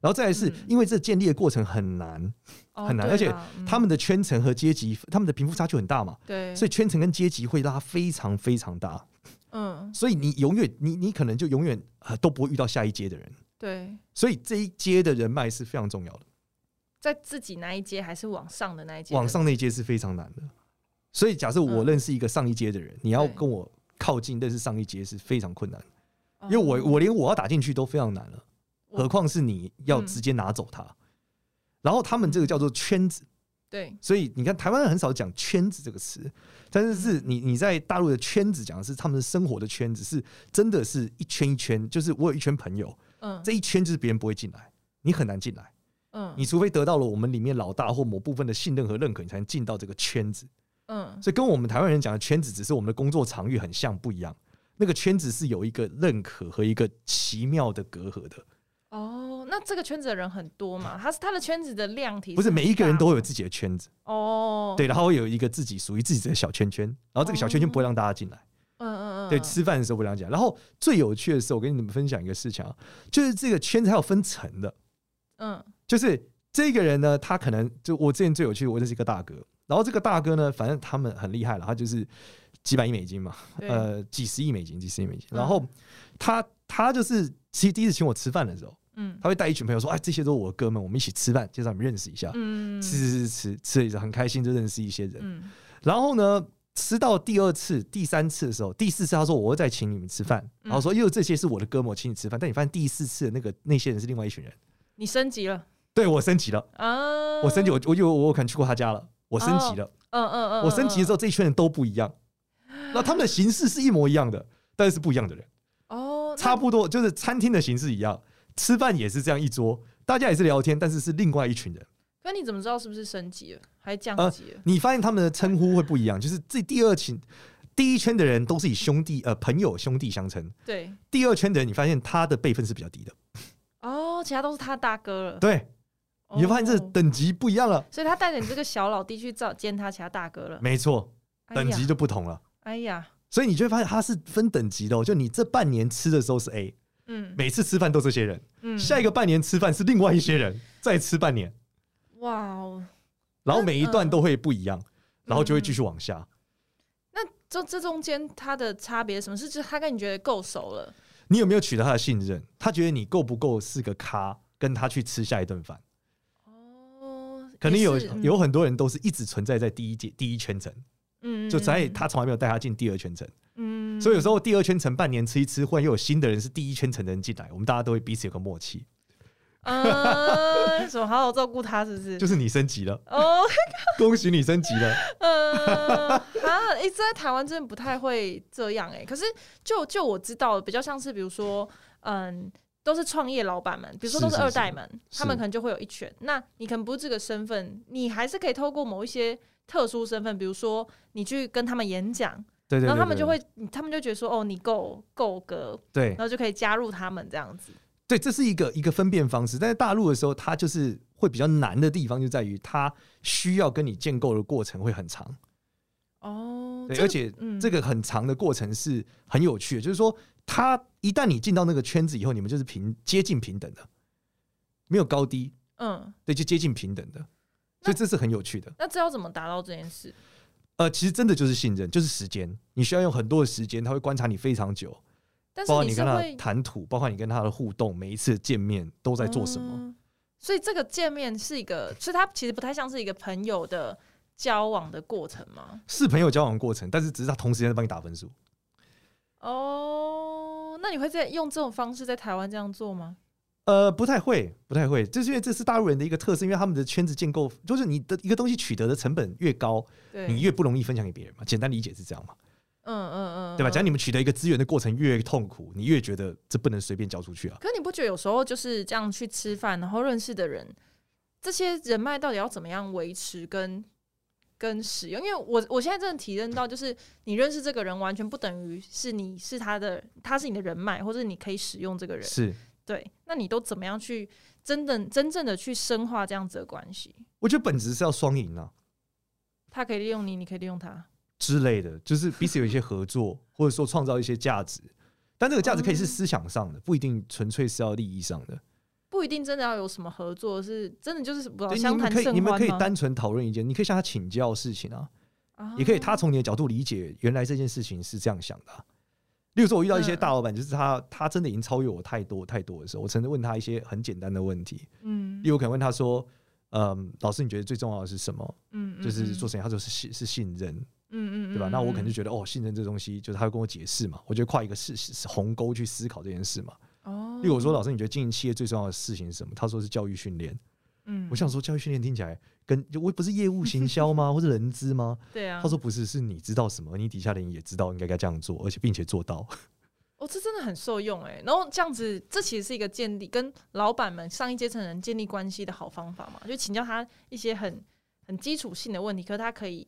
[SPEAKER 2] 然后再来是、
[SPEAKER 1] 嗯
[SPEAKER 2] 因为这建立的过程很难，
[SPEAKER 1] 哦
[SPEAKER 2] 很难
[SPEAKER 1] 对
[SPEAKER 2] 而且
[SPEAKER 1] 啦嗯
[SPEAKER 2] 他们的圈层和阶级，他们的贫富差距很大嘛，
[SPEAKER 1] 对，
[SPEAKER 2] 所以圈层跟阶级会拉非常非常大，
[SPEAKER 1] 嗯，
[SPEAKER 2] 所以你永远你你可能就永远呃都不会遇到下一阶的人，
[SPEAKER 1] 对，
[SPEAKER 2] 所以这一阶的人脉是非常重要的，
[SPEAKER 1] 在自己那一阶还是往上的那一阶？
[SPEAKER 2] 往上那一阶是非常难的。所以假设我
[SPEAKER 1] 嗯
[SPEAKER 2] 认识一个上一阶的人，你要
[SPEAKER 1] 对
[SPEAKER 2] 跟我靠近认识上一阶是非常困难的。
[SPEAKER 1] 哦，
[SPEAKER 2] 因为我我连我要打进去都非常难了，
[SPEAKER 1] 我
[SPEAKER 2] 何况是你要
[SPEAKER 1] 嗯
[SPEAKER 2] 直接拿走它。然后他们这个叫做圈子，
[SPEAKER 1] 对
[SPEAKER 2] 所以你看台湾人很少讲圈子这个词，但是
[SPEAKER 1] 嗯
[SPEAKER 2] 是你你在大陆的圈子讲的是他们生活的圈子，是真的是一圈一圈，就是我有一圈朋友，
[SPEAKER 1] 嗯
[SPEAKER 2] 这一圈就是别人不会进来，你很难进来，
[SPEAKER 1] 嗯
[SPEAKER 2] 你除非得到了我们里面老大或某部分的信任和认可，你才能进到这个圈子。
[SPEAKER 1] 嗯
[SPEAKER 2] 所以跟我们台湾人讲的圈子，只是我们的工作场域很像，不一样。那个圈子是有一个认可和一个奇妙的隔阂的，
[SPEAKER 1] 哦，那这个圈子的人很多嘛？他是他的圈子的量体
[SPEAKER 2] 不是每一个人都
[SPEAKER 1] 有
[SPEAKER 2] 有自己的圈子，
[SPEAKER 1] 哦，
[SPEAKER 2] 对，然后有一个自己属于自己的小圈圈，然后这个小圈圈不会让大家进来，
[SPEAKER 1] 嗯，嗯嗯嗯，
[SPEAKER 2] 对，吃饭的时候不会让大家进来。然后最有趣的是，我跟你们分享一个事情啊，就是这个圈子还有分层的，
[SPEAKER 1] 嗯
[SPEAKER 2] 就是这个人呢，他可能就我之前最有趣，我认识一个大哥，然后这个大哥呢，反正他们很厉害了，他就是几百亿美金嘛，
[SPEAKER 1] 对
[SPEAKER 2] 呃，几十亿美金，几十亿美金。
[SPEAKER 1] 嗯
[SPEAKER 2] 然后他他就是其实第一次请我吃饭的时候，
[SPEAKER 1] 嗯
[SPEAKER 2] 他会带一群朋友说：“哎，这些都是我的哥们，我们一起吃饭，介绍你们认识一下。
[SPEAKER 1] 嗯
[SPEAKER 2] 吃吃吃吃吃了一下，很开心，就认识一些人。
[SPEAKER 1] 嗯
[SPEAKER 2] 然后呢，吃到第二次、第三次的时候，第四次他说我会再请你们吃饭，
[SPEAKER 1] 嗯
[SPEAKER 2] 然后说因为这些是我的哥们，我请你吃饭。但你发现第四次的那个那些人是另外一群人，
[SPEAKER 1] 你升级了
[SPEAKER 2] 对我升级了，
[SPEAKER 1] 啊，
[SPEAKER 2] 我升级，我我有我有可能去过他家了，我升级了，
[SPEAKER 1] 嗯嗯嗯，
[SPEAKER 2] 我升级的时
[SPEAKER 1] 候
[SPEAKER 2] 候这一圈人都不一样，那他们的形式是一模一样的，但是不一样的人。
[SPEAKER 1] 哦，那
[SPEAKER 2] 差不多就是餐厅的形式一样，吃饭也是这样一桌，大家也是聊天，但是是另外一群人。
[SPEAKER 1] 可你怎么知道是不是升级了，还降
[SPEAKER 2] 呃
[SPEAKER 1] 级了？
[SPEAKER 2] 你发现他们的称呼会不一样，就是这第二群、第一圈的人都是以兄弟呃朋友兄弟相称，
[SPEAKER 1] 对，
[SPEAKER 2] 第二圈的人你发现他的辈分是比较低的，
[SPEAKER 1] 哦，其他都是他大哥了，
[SPEAKER 2] 对，
[SPEAKER 1] 哦，
[SPEAKER 2] 你就发现这等级不一样了。
[SPEAKER 1] 所以他带着你这个小老弟去找见他其他大哥了，
[SPEAKER 2] 没错，
[SPEAKER 1] 哎
[SPEAKER 2] 等
[SPEAKER 1] 呀
[SPEAKER 2] 级就不同了。
[SPEAKER 1] 哎呀，
[SPEAKER 2] 所以你就会发现它是分等级的、哦，就你这半年吃的时候是 A，
[SPEAKER 1] 嗯
[SPEAKER 2] 每次吃饭都这些人，
[SPEAKER 1] 嗯，
[SPEAKER 2] 下一个半年吃饭是另外一些人，再吃半年，
[SPEAKER 1] 哇哦，
[SPEAKER 2] 然后每一段都会不一样，然后就会
[SPEAKER 1] 嗯
[SPEAKER 2] 继续往下。
[SPEAKER 1] 那这这中间他的差别是什么？是就是他跟你觉得够熟了，
[SPEAKER 2] 你有没有取得他的信任？他觉得你够不够是个咖，跟他去吃下一顿饭？
[SPEAKER 1] 哦，
[SPEAKER 2] 肯定有
[SPEAKER 1] 也是嗯
[SPEAKER 2] 有很多人都是一直存在在第一阶第一圈层，
[SPEAKER 1] 嗯，
[SPEAKER 2] 就所以
[SPEAKER 1] 嗯，
[SPEAKER 2] 他从来没有带他进第二圈层。
[SPEAKER 1] 嗯，
[SPEAKER 2] 所以有时候第二圈层半年吃一吃，忽然又有新的人是第一圈层的人进来，我们大家都会彼此有个默 契，
[SPEAKER 1] 嗯，什么好好照顾他是不是？
[SPEAKER 2] 就是你升级了，
[SPEAKER 1] 哦，
[SPEAKER 2] 恭喜你升 级了。
[SPEAKER 1] 呃， 啊，一直在台湾真的不太会这样哎、可是就就我知道的，比较像是比如说，嗯，都是创业老板们，比如说
[SPEAKER 2] 是
[SPEAKER 1] 都是
[SPEAKER 2] 是
[SPEAKER 1] 二代们，
[SPEAKER 2] 是
[SPEAKER 1] 他们可能就会有一圈。那你可能不是这个身份，你还是可以透过某一些特殊身份，比如说你去跟他们演讲，
[SPEAKER 2] 对对对
[SPEAKER 1] 然后他们
[SPEAKER 2] 对
[SPEAKER 1] 就会，他们就觉得说，哦，你够够格，
[SPEAKER 2] 对
[SPEAKER 1] 然后就可以加入他们这样子。
[SPEAKER 2] 对，这是一个一个分辨方式。但是大陆的时候，它就是会比较难的地方就在于它需要跟你建构的过程会很长。
[SPEAKER 1] 哦，
[SPEAKER 2] 对，
[SPEAKER 1] 这个
[SPEAKER 2] 而且
[SPEAKER 1] 嗯
[SPEAKER 2] 这个很长的过程是很有趣的，就是说，他一旦你进到那个圈子以后，你们就是平接近平等的，没有高低，
[SPEAKER 1] 嗯，
[SPEAKER 2] 对，就接近平等的，所以这是很有趣的。
[SPEAKER 1] 那这要怎么达到这件事？
[SPEAKER 2] 呃，其实真的就是信任，就是时间，你需要用很多的时间，他会观察你非常久，
[SPEAKER 1] 但是
[SPEAKER 2] 包括
[SPEAKER 1] 是
[SPEAKER 2] 跟他
[SPEAKER 1] 会
[SPEAKER 2] 谈吐，包括你跟他的互动，每一次见面都在做什么。
[SPEAKER 1] 嗯所以这个见面是一个，所以它其实不太像是一个朋友的交往的过程嘛。
[SPEAKER 2] 是朋友交往的过程，但是只是他同时间在帮你打分数，
[SPEAKER 1] 哦，那你会在用这种方式在台湾这样做吗？
[SPEAKER 2] 呃，不太会，不太会，就是因为这是大陆人的一个特色，因为他们的圈子建构，就是你的一个东西取得的成本越高，
[SPEAKER 1] 对，
[SPEAKER 2] 你越不容易分享给别人嘛。简单理解是这样嘛，
[SPEAKER 1] 嗯嗯嗯，
[SPEAKER 2] 对吧？
[SPEAKER 1] 嗯
[SPEAKER 2] 假如你们取得一个资源的过程越痛苦，你越觉得这不能随便交出去啊。
[SPEAKER 1] 可你不觉得有时候就是这样去吃饭，然后认识的人，这些人脉到底要怎么样维持跟跟使用？因为我我现在真的体认到，就是你认识这个人，完全不等于是你是他的，他是你的人脉，或者你可以使用这个人。
[SPEAKER 2] 是，
[SPEAKER 1] 对，那你都怎么样去真的真正的去深化这样子的关系？
[SPEAKER 2] 我觉得本质是要双赢啊
[SPEAKER 1] 他可以利用你，你可以利用他。
[SPEAKER 2] 之类的，就是彼此有一些合作，或者说创造一些价值。但这个价值可
[SPEAKER 1] 哦
[SPEAKER 2] 以是思想上的，不一定纯粹是要利益上的。
[SPEAKER 1] 不一定真的要有什么合作，是真的就是不知道
[SPEAKER 2] 对，
[SPEAKER 1] 哦
[SPEAKER 2] 你
[SPEAKER 1] 相
[SPEAKER 2] 们
[SPEAKER 1] 谈
[SPEAKER 2] 可以
[SPEAKER 1] 甚
[SPEAKER 2] 你们
[SPEAKER 1] 欢
[SPEAKER 2] 可以
[SPEAKER 1] 吗
[SPEAKER 2] 单纯讨论意见，你可以向他请教事情啊。
[SPEAKER 1] 啊
[SPEAKER 2] 也可以他从你的角度理解原来这件事情是这样想的啊、例如说，我遇到一
[SPEAKER 1] 嗯
[SPEAKER 2] 些大老板，就是他他真的已经超越我太多太多的时候，我曾经问他一些很简单的问题，
[SPEAKER 1] 嗯
[SPEAKER 2] 例如我可能问他说：“嗯，老师，你觉得最重要的是什么？
[SPEAKER 1] 嗯嗯
[SPEAKER 2] 就是
[SPEAKER 1] 嗯
[SPEAKER 2] 做生意，他说是信是信任，
[SPEAKER 1] 嗯嗯
[SPEAKER 2] 对吧？”那我可能就
[SPEAKER 1] 嗯
[SPEAKER 2] 觉得哦，信任这东西，就是他会跟我解释嘛，我就跨一个是是鸿沟去思考这件事嘛。
[SPEAKER 1] 哦，
[SPEAKER 2] 例如我说：“老师，你觉得经营企业最重要的事情是什么？”他说是教育训练。
[SPEAKER 1] 嗯
[SPEAKER 2] 我想说，教育训练听起来跟就我不是业务行销吗？或是人资吗？
[SPEAKER 1] 对啊，
[SPEAKER 2] 他说不是，是你知道什么，你底下的人也知道应该该这样做，而且并且做到。
[SPEAKER 1] 哦，这真的很受用哎。然后这样子，这其实是一个建立跟老板们、上一阶层人建立关系的好方法嘛。就请教他一些很很基础性的问题，可是他可以，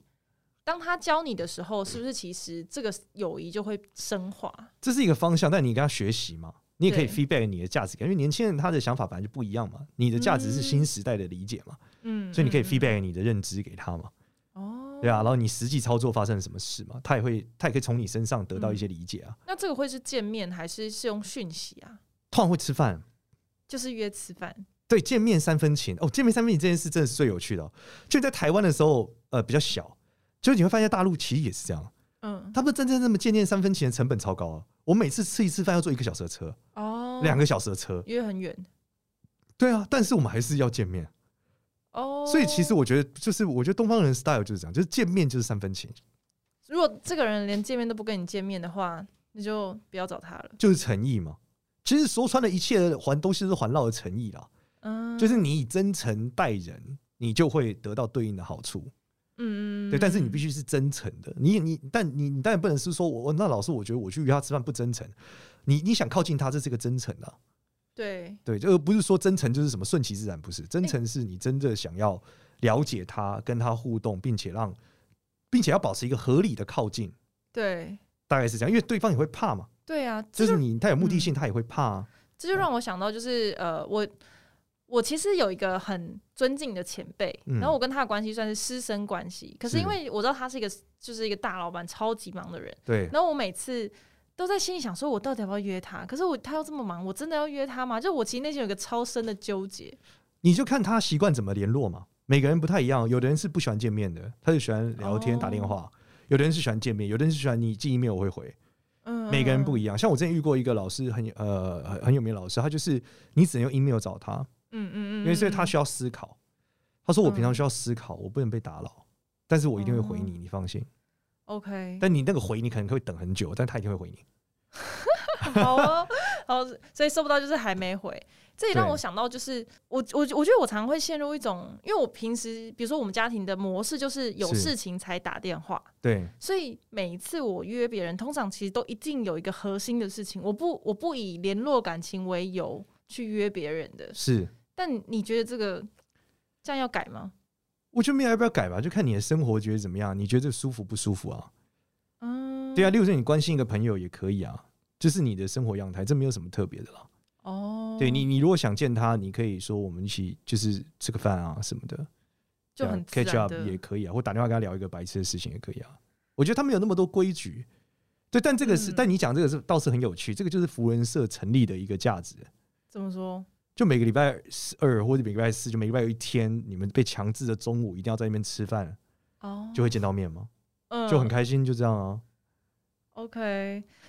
[SPEAKER 1] 当他教你的时候，是不是其实这个友谊就会升华？
[SPEAKER 2] 这是一个方向，但你跟他学习嘛，你也可以
[SPEAKER 1] 对
[SPEAKER 2] feedback 你的价值感，因为年轻人他的想法本来就不一样嘛，你的价值是新时代的理解嘛，
[SPEAKER 1] 嗯，
[SPEAKER 2] 所以你可以
[SPEAKER 1] 嗯
[SPEAKER 2] feedback 你的认知给他嘛，
[SPEAKER 1] 哦，
[SPEAKER 2] 对啊，然后你实际操作发生了什么事嘛，他也会他也可以从你身上得到
[SPEAKER 1] 嗯
[SPEAKER 2] 一些理解啊。
[SPEAKER 1] 那这个会是见面还是是用讯息啊？
[SPEAKER 2] 突然会吃饭，
[SPEAKER 1] 就是约吃饭，
[SPEAKER 2] 对，见面三分情哦，见面三分情这件事真的是最有趣的、哦，就在台湾的时候，呃，比较小，就你会发现大陆其实也是这样。
[SPEAKER 1] 嗯，
[SPEAKER 2] 他们真正这么见面三分钱的成本超高啊！我每次吃一次饭要坐一个小时的车，
[SPEAKER 1] 哦，
[SPEAKER 2] 两个小时的车。
[SPEAKER 1] 约很远
[SPEAKER 2] 对啊，但是我们还是要见面。
[SPEAKER 1] 哦。
[SPEAKER 2] 所以其实我觉得，就是我觉得东方人的 style 就是这样，就是见面就是三分情，
[SPEAKER 1] 如果这个人连见面都不跟你见面的话，那就不要找他了。
[SPEAKER 2] 就是诚意嘛。其实说穿了一切的环东西都是环绕着诚意啦，
[SPEAKER 1] 嗯，
[SPEAKER 2] 就是你以真诚待人，你就会得到对应的好处。
[SPEAKER 1] 嗯嗯，
[SPEAKER 2] 对，但是你
[SPEAKER 1] 嗯
[SPEAKER 2] 必须是真诚的。你你，但你你当然不能是说我那老师，我觉得我去约他吃饭不真诚。你你想靠近他，这是个真诚啊。
[SPEAKER 1] 对，
[SPEAKER 2] 对，这个不是说真诚就是什么顺其自然，不是真诚是你真的想要了解他，跟他互动，并且让，并且要保持一个合理的靠近，
[SPEAKER 1] 对
[SPEAKER 2] 大概是这样，因为对方也会怕嘛，
[SPEAKER 1] 对啊，
[SPEAKER 2] 就
[SPEAKER 1] 这
[SPEAKER 2] 是
[SPEAKER 1] 就
[SPEAKER 2] 你他有目的性，他也会怕、啊。
[SPEAKER 1] 这就让我想到，就是呃，我我其实有一个很尊敬的前辈，
[SPEAKER 2] 嗯
[SPEAKER 1] 然后我跟他的关系算是师生关系，可是
[SPEAKER 2] 是
[SPEAKER 1] 因为我知道他是一个就是一个大老板，超级忙的人，
[SPEAKER 2] 对，
[SPEAKER 1] 然后我每次。都在心里想说，我到底要不要约他？可是我他又这么忙，我真的要约他吗？就我其实内心有一个超深的纠结。
[SPEAKER 2] 你就看他习惯怎么联络嘛，每个人不太一样，有的人是不喜欢见面的，他就喜欢聊天、
[SPEAKER 1] 哦
[SPEAKER 2] 打电话。有的人是喜欢见面，有的人是喜欢你寄 email 我会回，
[SPEAKER 1] 嗯，
[SPEAKER 2] 每个人不
[SPEAKER 1] 一
[SPEAKER 2] 一样。像我之前遇过一个老师很有呃很很有名的老师，他就是你只能用 email 找他，
[SPEAKER 1] 嗯嗯嗯，
[SPEAKER 2] 因为所以他
[SPEAKER 1] 嗯
[SPEAKER 2] 需要思考。他说我平常需要思考，我不能被打扰，但是我一定会回
[SPEAKER 1] 哦
[SPEAKER 2] 你，你放心。
[SPEAKER 1] 嗯 OK，
[SPEAKER 2] 但你那个回你可能会等很久，但他一定会回你。
[SPEAKER 1] 好哦，好，所以收不到就是还没回。这也让
[SPEAKER 2] 对
[SPEAKER 1] 我想到，就是我我我觉得我常会陷入一种，因为我平时比如说我们家庭的模式就是有
[SPEAKER 2] 是
[SPEAKER 1] 事情才打电话，
[SPEAKER 2] 对，
[SPEAKER 1] 所以每一次我约别人，通常其实都一定有一个核心的事情，我不我不以联络感情为由去约别人的。
[SPEAKER 2] 是，
[SPEAKER 1] 但你觉得这个这样要改吗？
[SPEAKER 2] 我觉得没有要不要改吧，就看你的生活觉得怎么样，你觉得舒服不舒服啊？
[SPEAKER 1] 嗯，
[SPEAKER 2] 对啊，例如说你关心一个朋友也可以啊，就是你的生活样态，这没有什么特别的啦。
[SPEAKER 1] 哦，
[SPEAKER 2] 对你，你如果想见他，你可以说我们一起就是吃个饭啊什么的，
[SPEAKER 1] 就
[SPEAKER 2] 对啊
[SPEAKER 1] 很自
[SPEAKER 2] catch
[SPEAKER 1] 然
[SPEAKER 2] up
[SPEAKER 1] 的
[SPEAKER 2] 也可以啊，或打电话跟他聊一个白痴的事情也可以啊。我觉得他们有那么多规矩，对，但这个是，
[SPEAKER 1] 嗯
[SPEAKER 2] 但你讲这个是倒是很有趣，这个就是福人社成立的一个价值，
[SPEAKER 1] 怎么说？
[SPEAKER 2] 就每个礼拜二或者每个礼拜四，就每个礼拜有一天，你们被强制的中午一定要在那边吃饭，
[SPEAKER 1] 哦，
[SPEAKER 2] 就会见到面嘛，
[SPEAKER 1] 嗯
[SPEAKER 2] 就很开心，就这样啊。
[SPEAKER 1] OK，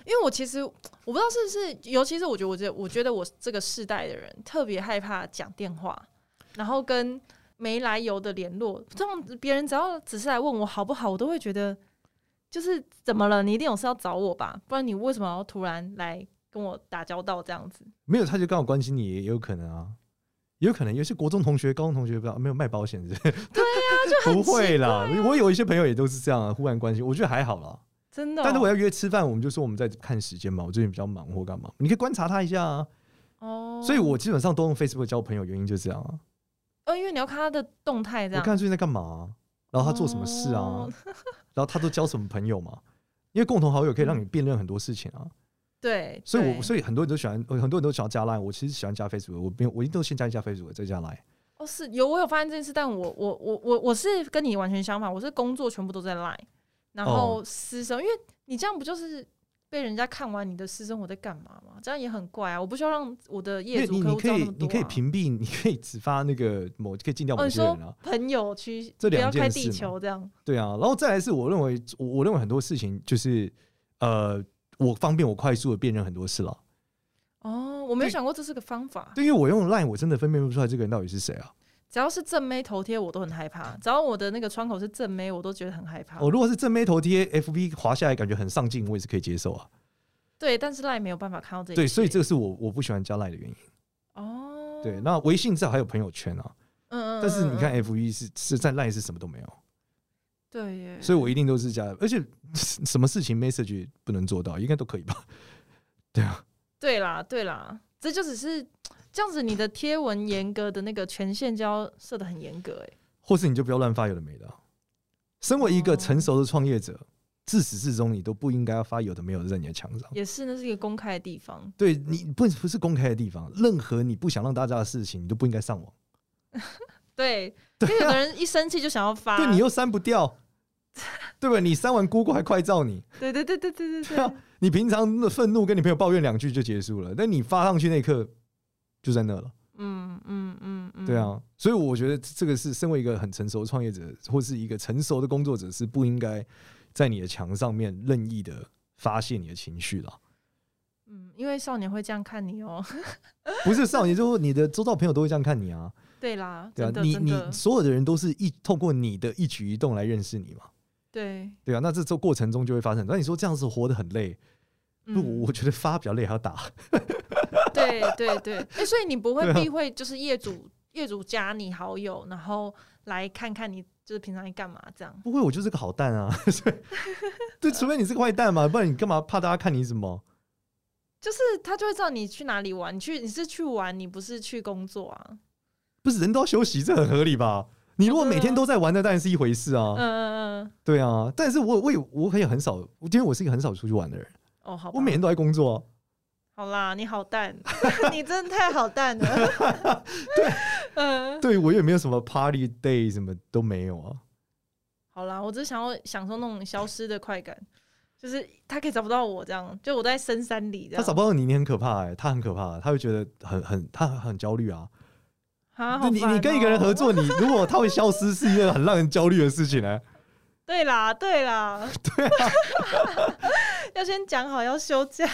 [SPEAKER 1] 因为我其实我不知道是不是，尤其是我觉得我这我觉得我这个世代的人特别害怕讲电话，然后跟没来由的联络，这样别人只要只是来问我好不好，我都会觉得就是怎么了，你一定有事要找我吧，不然你为什么要突然来跟跟我打交道这样子。
[SPEAKER 2] 没有，他就刚好关心你，也有可能啊，也有可能，有些国中同学、高中同学不知道没有卖保险是不是
[SPEAKER 1] 啊就很
[SPEAKER 2] 不会
[SPEAKER 1] 奇怪
[SPEAKER 2] 啦。我有一些朋友也都是这样啊，忽然关心，我觉得还好啦。
[SPEAKER 1] 真的哦、
[SPEAKER 2] 但是我要约吃饭，我们就说我们在看时间嘛，我最近比较忙或干嘛，你可以观察他一下啊。
[SPEAKER 1] 哦，
[SPEAKER 2] 所以我基本上都用 Facebook 交朋友，原因就这样啊。
[SPEAKER 1] 呃，因为你要看他的动态这
[SPEAKER 2] 我
[SPEAKER 1] 样。
[SPEAKER 2] 看最近在干嘛啊、然后他做什么事啊，
[SPEAKER 1] 哦
[SPEAKER 2] 然后他都交什么朋友嘛。因为共同好友可以让你辨认很多事情啊，
[SPEAKER 1] 对，
[SPEAKER 2] 所以我
[SPEAKER 1] 嗯对
[SPEAKER 2] 所以很多人都喜欢，呃很多人都喜欢加 Line，我其实喜欢加 Facebook，我没有我一定都先加一下 Facebook 再加 Line。
[SPEAKER 1] 哦是有我有发现这件事，但我我我我我是跟你完全相反，我是工作全部都在 Line，然
[SPEAKER 2] 哦
[SPEAKER 1] 后私生，因为你这样不就是被人家看完你的私生活在干嘛吗？这样也很怪啊！我不需要让我的
[SPEAKER 2] 因
[SPEAKER 1] 业
[SPEAKER 2] 为
[SPEAKER 1] 主
[SPEAKER 2] 你
[SPEAKER 1] 客
[SPEAKER 2] 你
[SPEAKER 1] 户
[SPEAKER 2] 可
[SPEAKER 1] 知道那
[SPEAKER 2] 以
[SPEAKER 1] 么多、啊
[SPEAKER 2] 你可以屏蔽，你可以只发那个某可以禁掉
[SPEAKER 1] 哦，
[SPEAKER 2] 某
[SPEAKER 1] 你
[SPEAKER 2] 些
[SPEAKER 1] 说
[SPEAKER 2] 人啊，
[SPEAKER 1] 朋友区
[SPEAKER 2] 这
[SPEAKER 1] 不
[SPEAKER 2] 两
[SPEAKER 1] 要
[SPEAKER 2] 件
[SPEAKER 1] 开
[SPEAKER 2] 事
[SPEAKER 1] 地
[SPEAKER 2] 嘛
[SPEAKER 1] 球这样，
[SPEAKER 2] 对啊。然后再来是我认为我我认为很多事情就是呃，我方便我快速的辨认很多事了。
[SPEAKER 1] 哦，我没有
[SPEAKER 2] 对
[SPEAKER 1] 想过这是个方法。
[SPEAKER 2] 对，因为我用 Line 我真的分辨不出来这个人到底是谁啊。
[SPEAKER 1] 只要是正妹头贴，我都很害怕。只要我的那个窗口是正妹，我都觉得很害怕。
[SPEAKER 2] 哦我、如果是正妹头贴 FB 滑下来，感觉很上镜，我也是可以接受啊。
[SPEAKER 1] 对，但是赖没有办法看到这一
[SPEAKER 2] 对，所以
[SPEAKER 1] 切
[SPEAKER 2] 这个是我我不喜欢加 Line 的原因。
[SPEAKER 1] 哦，
[SPEAKER 2] 对，那微信至少还有朋友圈啊，
[SPEAKER 1] 嗯，嗯
[SPEAKER 2] 但是你，看
[SPEAKER 1] 嗯嗯
[SPEAKER 2] FB 是是在 Line 是什么都没有。
[SPEAKER 1] 对耶，
[SPEAKER 2] 所以我一定都是加，而且什么事情 message 不能做到，应该都可以吧？ 对啊，
[SPEAKER 1] 对啦，对啦，这就只是这样子，你的贴文严格的那个权限就要设的很严格、欸，
[SPEAKER 2] 或是你就不要乱发有的没的啊。身为一个
[SPEAKER 1] 哦
[SPEAKER 2] 成熟的创业者，自始至终你都不应该发有的没有的在你的墙上。
[SPEAKER 1] 也是，那是一个公开的地 方，
[SPEAKER 2] 对你不不是公开的地方，任何你不想让大家的事情，你都不应该上网。
[SPEAKER 1] 对，因为有的人一生气就想要发，
[SPEAKER 2] 对你又删不掉，对吧？你删完 Google 还快照你，
[SPEAKER 1] 对对对对对对
[SPEAKER 2] 对啊
[SPEAKER 1] 对，
[SPEAKER 2] 你平常的愤怒跟你朋友抱怨两句就结束了，但你发上去那一刻就在那了。
[SPEAKER 1] 嗯嗯嗯嗯，
[SPEAKER 2] 对，啊，所以我觉得这个是身为一个很成熟的创业者，或是一个成熟的工作者，是不应该在你的墙上面任意的发泄你的情绪啦。
[SPEAKER 1] 嗯，因为少年会这样看你哦、
[SPEAKER 2] 不是少年，就是你的周遭朋友都会这样看你啊，
[SPEAKER 1] 对啦，
[SPEAKER 2] 对啊
[SPEAKER 1] 真，的
[SPEAKER 2] 你
[SPEAKER 1] 真
[SPEAKER 2] 你
[SPEAKER 1] 的，
[SPEAKER 2] 所有的人都是一透过你的一举一动来认识你嘛，
[SPEAKER 1] 对，
[SPEAKER 2] 对啊，那这这过程中就会发生。那你说这样子活得很累，不，
[SPEAKER 1] 嗯
[SPEAKER 2] 我觉得发比较累，还要打。
[SPEAKER 1] 对对对，哎、所以你不
[SPEAKER 2] 对
[SPEAKER 1] 会
[SPEAKER 2] 啊
[SPEAKER 1] 避讳，就是业主、业主加你好友，然后来看看你就是平常在干嘛这样。
[SPEAKER 2] 不会，我就是个好蛋啊， 所以对，除非你是个坏蛋嘛，不然你干嘛怕大家看你什么？
[SPEAKER 1] 就是他就会知道你去哪里玩，你去你是去玩，你不是去工作啊。
[SPEAKER 2] 不是人都要休息，这很合理吧？你如果
[SPEAKER 1] 哦对
[SPEAKER 2] 每天
[SPEAKER 1] 啊
[SPEAKER 2] 都在玩，那当然是一回事啊。
[SPEAKER 1] 嗯嗯嗯，
[SPEAKER 2] 对啊，但是我我也我也很少，因为我是一个很少出去玩的人，
[SPEAKER 1] 哦，好吧，
[SPEAKER 2] 我每天都在工作啊、
[SPEAKER 1] 好啦，你好 淡，你真的太好淡了。对，嗯，
[SPEAKER 2] 对我也没有什么 party day 什么都没有啊。
[SPEAKER 1] 好啦，我只想要享受那种消失的快感，就是他可以找不到我这样，就我在深山里这
[SPEAKER 2] 他
[SPEAKER 1] 样。
[SPEAKER 2] 找不到你，你很可怕哎、他很可怕，他会觉得很很他很焦虑啊。
[SPEAKER 1] 啊，
[SPEAKER 2] 就
[SPEAKER 1] 好
[SPEAKER 2] 你
[SPEAKER 1] 烦
[SPEAKER 2] 你跟一个人
[SPEAKER 1] 哦
[SPEAKER 2] 合，作，你如果他会消失，是一件很让人焦虑的事情欸呢、
[SPEAKER 1] 对啦，对 啦，对啊， 要先讲好要休假。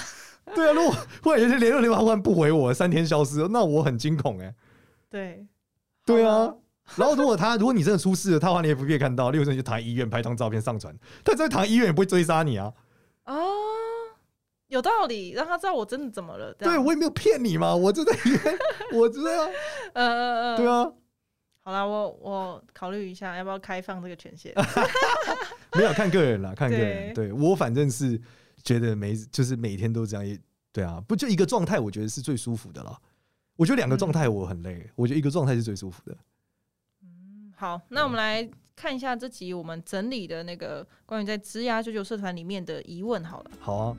[SPEAKER 2] 对啊，如果忽然有些联络联络忽然不回我，三天消失，那我很惊恐哎、
[SPEAKER 1] 对，
[SPEAKER 2] 对
[SPEAKER 1] 好
[SPEAKER 2] 啊
[SPEAKER 1] 吧。
[SPEAKER 2] 然后如果他如果你真的出事了，他把你 FB 也看到，例如说你就躺在医院拍张照片上传，他在躺在医院也不会追杀你啊。
[SPEAKER 1] 哦，有道理，让他知道我真的怎么了。这
[SPEAKER 2] 对
[SPEAKER 1] 样，
[SPEAKER 2] 我也没有骗你嘛， 我就在医院，我 知道啊。
[SPEAKER 1] 呃呃呃，
[SPEAKER 2] 对啊，
[SPEAKER 1] 好啦，我我考虑一下，要不要开放这个权限？
[SPEAKER 2] 没有看个 人啦，看个人。
[SPEAKER 1] 对
[SPEAKER 2] 对我反正是觉得每就是每天都这样，也对啊，不就一个状态，我觉得是最舒服的啦。我觉得两个状态我很
[SPEAKER 1] 嗯
[SPEAKER 2] 累，我觉得一个状态是最舒服的。
[SPEAKER 1] 好，那我们来看一下这集我们整理的那个关于在枝丫九九社团里面的疑问好了。
[SPEAKER 2] 好啊，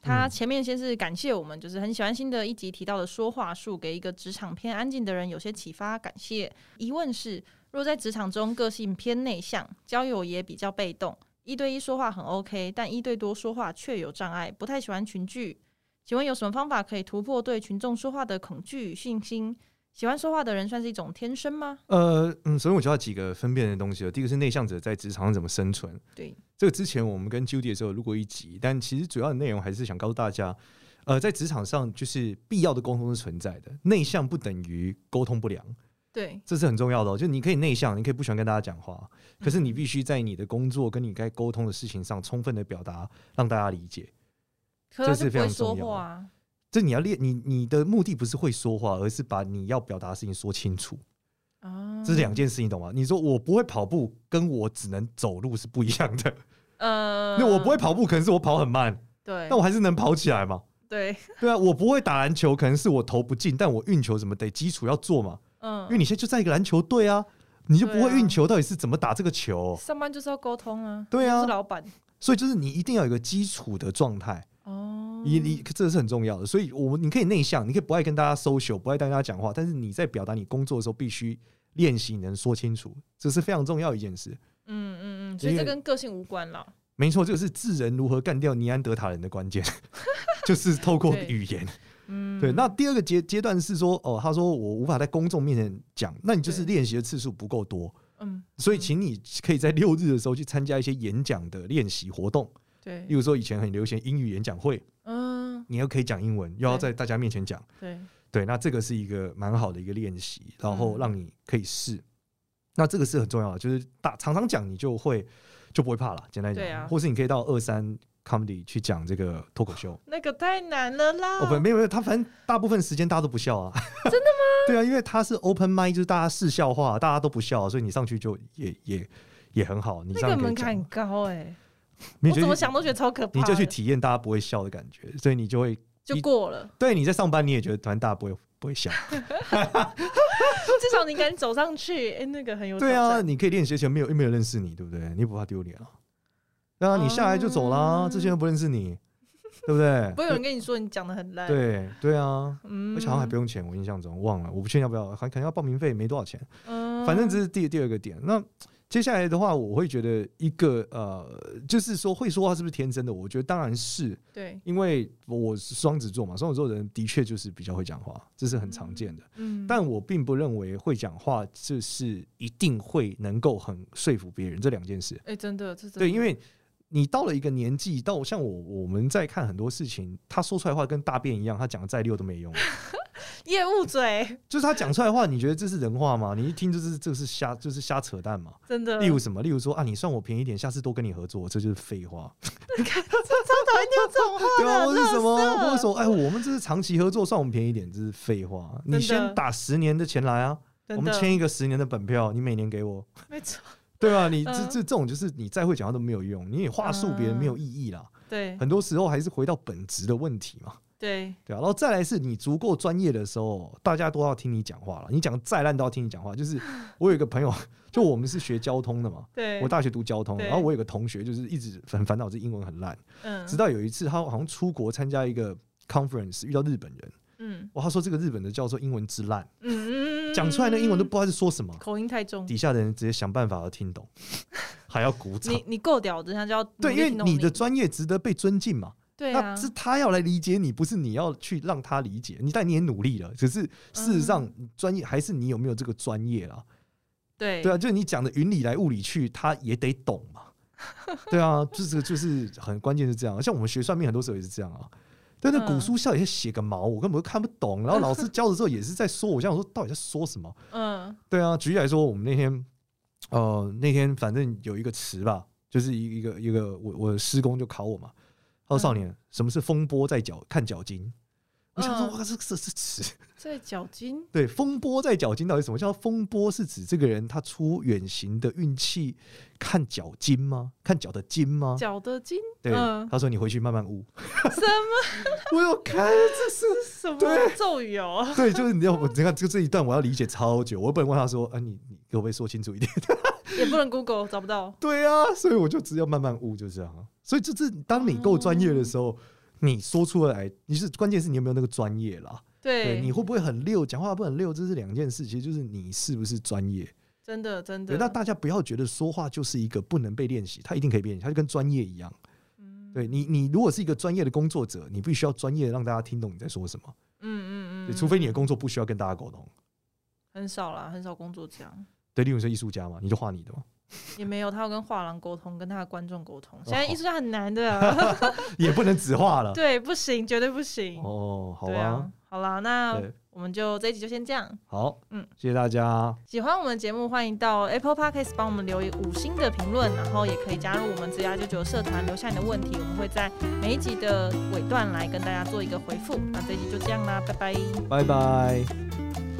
[SPEAKER 1] 他
[SPEAKER 2] 嗯
[SPEAKER 1] 前面先是感谢我们，就是很喜欢新的一集提到的说话术，给一个职场偏安静的人有些启发。感谢。疑问是：若在职场中个性偏内向，交友也比较被动，一对一说话很 OK，但一对多说话却有障碍，不太喜欢群聚。请问有什么方法可以突破对群众说话的恐惧与信心？喜欢说话的人算是一种天生吗？
[SPEAKER 2] 呃，嗯，所以我就要几个分辨的东西了。第一个是内向者在职场上怎么生存，
[SPEAKER 1] 对，
[SPEAKER 2] 这个之前我们跟 Judy 的时候有录过一集，但其实主要的内容还是想告诉大家，呃，在职场上就是必要的沟通是存在的，内向不等于沟通不良，
[SPEAKER 1] 对，
[SPEAKER 2] 这是很重要的、哦。就你可以内向，你可以不喜欢跟大家讲话，
[SPEAKER 1] 嗯
[SPEAKER 2] 可是你必须在你的工作跟你该沟通的事情上充分的表达，让大家理解。
[SPEAKER 1] 可他
[SPEAKER 2] 这是
[SPEAKER 1] 就不
[SPEAKER 2] 非常
[SPEAKER 1] 会
[SPEAKER 2] 重
[SPEAKER 1] 说
[SPEAKER 2] 要
[SPEAKER 1] 话啊。
[SPEAKER 2] 这你要练，你你的目的不是会说话，而是把你要表达的事情说清楚。
[SPEAKER 1] 啊，
[SPEAKER 2] 这是两件事，你懂吗？你说我不会跑步，跟我只能走路是不一样的。
[SPEAKER 1] 呃，
[SPEAKER 2] 那我不会，跑步，可能是我跑很慢，
[SPEAKER 1] 对
[SPEAKER 2] 但，我还是能跑起来嘛。
[SPEAKER 1] 对，
[SPEAKER 2] 对啊，我不会打篮球，可能是我投不进，但我运球什么得基础要做嘛。
[SPEAKER 1] 嗯
[SPEAKER 2] 因为，你现在就在一个篮球队啊，你就不
[SPEAKER 1] 对
[SPEAKER 2] 会
[SPEAKER 1] 啊
[SPEAKER 2] 运球，到底是怎么打这个球？
[SPEAKER 1] 上班就是要沟通啊，
[SPEAKER 2] 对啊
[SPEAKER 1] 是老板
[SPEAKER 2] 所以就是你一定要有一个基础的状态，
[SPEAKER 1] 哦，
[SPEAKER 2] 你你这是很重要的。所以我你可以内向，你可以不爱跟大家 social，不爱跟大家讲话，但是你在表达你工作的时候，必须练习能说清楚，这是非常重要的一件事。
[SPEAKER 1] 嗯嗯嗯，所以
[SPEAKER 2] 因
[SPEAKER 1] 这
[SPEAKER 2] 为
[SPEAKER 1] 跟个性无关了。
[SPEAKER 2] 没错，这个是智人如何干掉尼安德塔人的关 键，就是透过
[SPEAKER 1] 对
[SPEAKER 2] 语言。
[SPEAKER 1] 嗯，
[SPEAKER 2] 对，那第二个阶阶段是说，哦，他说我无法在公众面前讲，那你就是
[SPEAKER 1] 对
[SPEAKER 2] 练习的次数不够多，
[SPEAKER 1] 嗯，
[SPEAKER 2] 所以请你可以在六日的时候去参加一些演讲的练习活动，
[SPEAKER 1] 对
[SPEAKER 2] 例，如说以前很流行英语演讲会，
[SPEAKER 1] 嗯，
[SPEAKER 2] 你又可以讲英文，又要
[SPEAKER 1] 对
[SPEAKER 2] 在大家面前讲，
[SPEAKER 1] 对，
[SPEAKER 2] 对，那这个是一个蛮好的一个练习，然
[SPEAKER 1] 嗯
[SPEAKER 2] 后让你可以试，那这个是很重要的，就是大常常讲，你就会就不会怕了，简单
[SPEAKER 1] 对
[SPEAKER 2] 讲，
[SPEAKER 1] 啊
[SPEAKER 2] 或是你可以到二三 comedy 去讲这个脱口秀。
[SPEAKER 1] 那个太难了啦。
[SPEAKER 2] 哦，不，没有没有，他反正大部分时间大家都不笑啊。真的吗？ 对啊，因为他是 open m i d 就是大家试笑话，大家都不笑、所以你上去就也也也很好。你
[SPEAKER 1] 那
[SPEAKER 2] 上
[SPEAKER 1] 个
[SPEAKER 2] 去可以
[SPEAKER 1] 门槛
[SPEAKER 2] 讲
[SPEAKER 1] 很，高哎、
[SPEAKER 2] 你
[SPEAKER 1] 我
[SPEAKER 2] 就
[SPEAKER 1] 怎么
[SPEAKER 2] 去
[SPEAKER 1] 想都觉得超可怕的。
[SPEAKER 2] 你就去体验大家不会笑的感觉，所以你就会
[SPEAKER 1] 就过 了，
[SPEAKER 2] 对你在上班你也觉得团大家不会不会笑。
[SPEAKER 1] 至少你敢走上去，哎、那个很有
[SPEAKER 2] 对
[SPEAKER 1] 挑
[SPEAKER 2] 啊，
[SPEAKER 1] 战，
[SPEAKER 2] 你可以练习前没有又没有人认识你，对不对？你也不怕丢脸啊？对啊，你下来就走啦，
[SPEAKER 1] 嗯
[SPEAKER 2] 这些人不认识你，对不对？
[SPEAKER 1] 不会有人跟你说你讲的很烂。，
[SPEAKER 2] 对对啊，
[SPEAKER 1] 嗯
[SPEAKER 2] 而且好像还不用钱，我印象中忘了，我不确定要不要，还可能要报名费，没多少钱。
[SPEAKER 1] 嗯
[SPEAKER 2] 反正这是第第二个点。那接下来的话，我会觉得一个呃，就是说会说话是不是天生的？我觉得当然是，
[SPEAKER 1] 对，
[SPEAKER 2] 因为我是双子座嘛，双子座的人的确就是比较会讲话，这是很常见的。
[SPEAKER 1] 嗯，
[SPEAKER 2] 但我并不认为会讲话就是一定会能够很说服别人这两件事。
[SPEAKER 1] 哎、真的，这真的
[SPEAKER 2] 对，因为你到了一个年纪，到像我我们在看很多事情，他说出来话跟大便一样，他讲的再溜都 没用。
[SPEAKER 1] 业务嘴
[SPEAKER 2] 就是他讲出来的话，你觉得这是人话吗？你一听就是这是瞎，就是瞎扯淡嘛。
[SPEAKER 1] 真 的，
[SPEAKER 2] 例如什么？例如说啊，你算我便宜一点，下次多跟你合作，这就是废话，
[SPEAKER 1] 讨厌听这种话
[SPEAKER 2] 对啊，或是什么，
[SPEAKER 1] 垃圾
[SPEAKER 2] 或者说哎，我们这是长期合作，算我们便宜一点，这是废话。
[SPEAKER 1] 真的
[SPEAKER 2] 你先打十年的钱来啊， 我
[SPEAKER 1] 真
[SPEAKER 2] 们
[SPEAKER 1] 的，
[SPEAKER 2] 签一个十年的本票，你每年给我，
[SPEAKER 1] 没错，
[SPEAKER 2] 对吧、你这
[SPEAKER 1] 嗯
[SPEAKER 2] 这这种就是你再会讲话都没有用，你也话术别人没有意义啦。
[SPEAKER 1] 对
[SPEAKER 2] 很多时候还是回到本质的问题嘛，
[SPEAKER 1] 对，
[SPEAKER 2] 对啊。然后再来是你足够专业的时候，大家都要听你讲话了。你讲再烂都要听你讲 话。就是我有一个朋友，就我们是学交通的嘛，
[SPEAKER 1] 对，
[SPEAKER 2] 我大学读交通，
[SPEAKER 1] 对
[SPEAKER 2] 然后我有个同学就是一直很烦恼自己英文很烂，
[SPEAKER 1] 嗯
[SPEAKER 2] 直到有一次他好像出国参加一个 conference 遇到日本人，
[SPEAKER 1] 嗯
[SPEAKER 2] 哇，他说这个日本的教授英文之烂，
[SPEAKER 1] 嗯嗯，嗯
[SPEAKER 2] 讲出来那英文都不知道是说什么，
[SPEAKER 1] 口音太重，
[SPEAKER 2] 底下的人直接想办法要听懂， 还要鼓掌
[SPEAKER 1] 你。你够屌，等下就要努
[SPEAKER 2] 对，因
[SPEAKER 1] 力
[SPEAKER 2] 为
[SPEAKER 1] 去弄
[SPEAKER 2] 你的专业值得被尊敬嘛，
[SPEAKER 1] 对啊
[SPEAKER 2] 那是他要来理解你，不是你要去让他理解你。但你也努力了，只是事实上专业还是你有没有这个专业啦。
[SPEAKER 1] 嗯对
[SPEAKER 2] 对啊，就是你讲的云里来雾里去，他也得懂 嘛。对啊，就是就是很关键是这样，啊像我们学算命很多时候也是这样啊。但是古
[SPEAKER 1] 嗯
[SPEAKER 2] 书校也写个毛，我根本就看不懂。然后老师教的时候也是在说，我想说到底在说什么？
[SPEAKER 1] 嗯
[SPEAKER 2] 对啊，举例来说，我们那天呃那天反正有一个词吧，就是一一个一个我我师公就考我嘛，他说
[SPEAKER 1] 嗯
[SPEAKER 2] 少年，什么是风波在脚看脚筋？我想说
[SPEAKER 1] 嗯
[SPEAKER 2] 哇，这这是词。
[SPEAKER 1] 在脚筋，
[SPEAKER 2] 对，风波在脚筋到底什么叫风波？是指这个人他出远行的运气看脚筋吗？看脚的筋吗？
[SPEAKER 1] 脚的筋，
[SPEAKER 2] 啊对，
[SPEAKER 1] 嗯
[SPEAKER 2] 他说你回去慢慢悟。
[SPEAKER 1] 什么
[SPEAKER 2] 我有看，这是
[SPEAKER 1] 什么
[SPEAKER 2] 对
[SPEAKER 1] 咒语哦，
[SPEAKER 2] 对，就是你要我你看就这一段我要理解超久，我本问他说，啊，你你可不可以说清楚一点？
[SPEAKER 1] 也不能 Google 找不到，
[SPEAKER 2] 对啊，所以我就只有慢慢悟，就这样啊。所以就是当你够专业的哦时候。你说出来，你是关键是你有没有那个专业啦？对，
[SPEAKER 1] 对，
[SPEAKER 2] 你会不会很溜？讲话会不会很溜？这是两件事，其实就是你是不是专业。
[SPEAKER 1] 真的真
[SPEAKER 2] 对，
[SPEAKER 1] 的，
[SPEAKER 2] 那大家不要觉得说话就是一个不能被练习，它一定可以被练习，它就跟专业一样。
[SPEAKER 1] 嗯
[SPEAKER 2] 对你，你如果是一个专业的工作者，你必须要专业地让大家听懂你在说什么，
[SPEAKER 1] 嗯嗯
[SPEAKER 2] 对
[SPEAKER 1] 嗯，
[SPEAKER 2] 除非你的工作不需要跟大家沟通。
[SPEAKER 1] 很少啦，很少工作这样，
[SPEAKER 2] 对，例如说艺术家嘛，你就画你 的嘛，
[SPEAKER 1] 也没有他要跟画廊沟通，跟他的观众沟通，现在
[SPEAKER 2] 好
[SPEAKER 1] 艺术家很难的 啊，
[SPEAKER 2] 也不能只画了。
[SPEAKER 1] 对，不行，绝对不行，
[SPEAKER 2] 哦，好
[SPEAKER 1] 对啊，好啦，那
[SPEAKER 2] 对，
[SPEAKER 1] 我们就这一集就先这样。
[SPEAKER 2] 好，嗯
[SPEAKER 1] 嗯，
[SPEAKER 2] 谢谢大家，
[SPEAKER 1] 喜欢我们的节目，欢迎到 Apple Podcast 帮我们留五星的评论，然后也可以加入我们职涯九九社团，留下你的问题，我们会在每一集的尾段来跟大家做一个回复。那这一集就这样啦，拜拜。
[SPEAKER 2] 拜拜。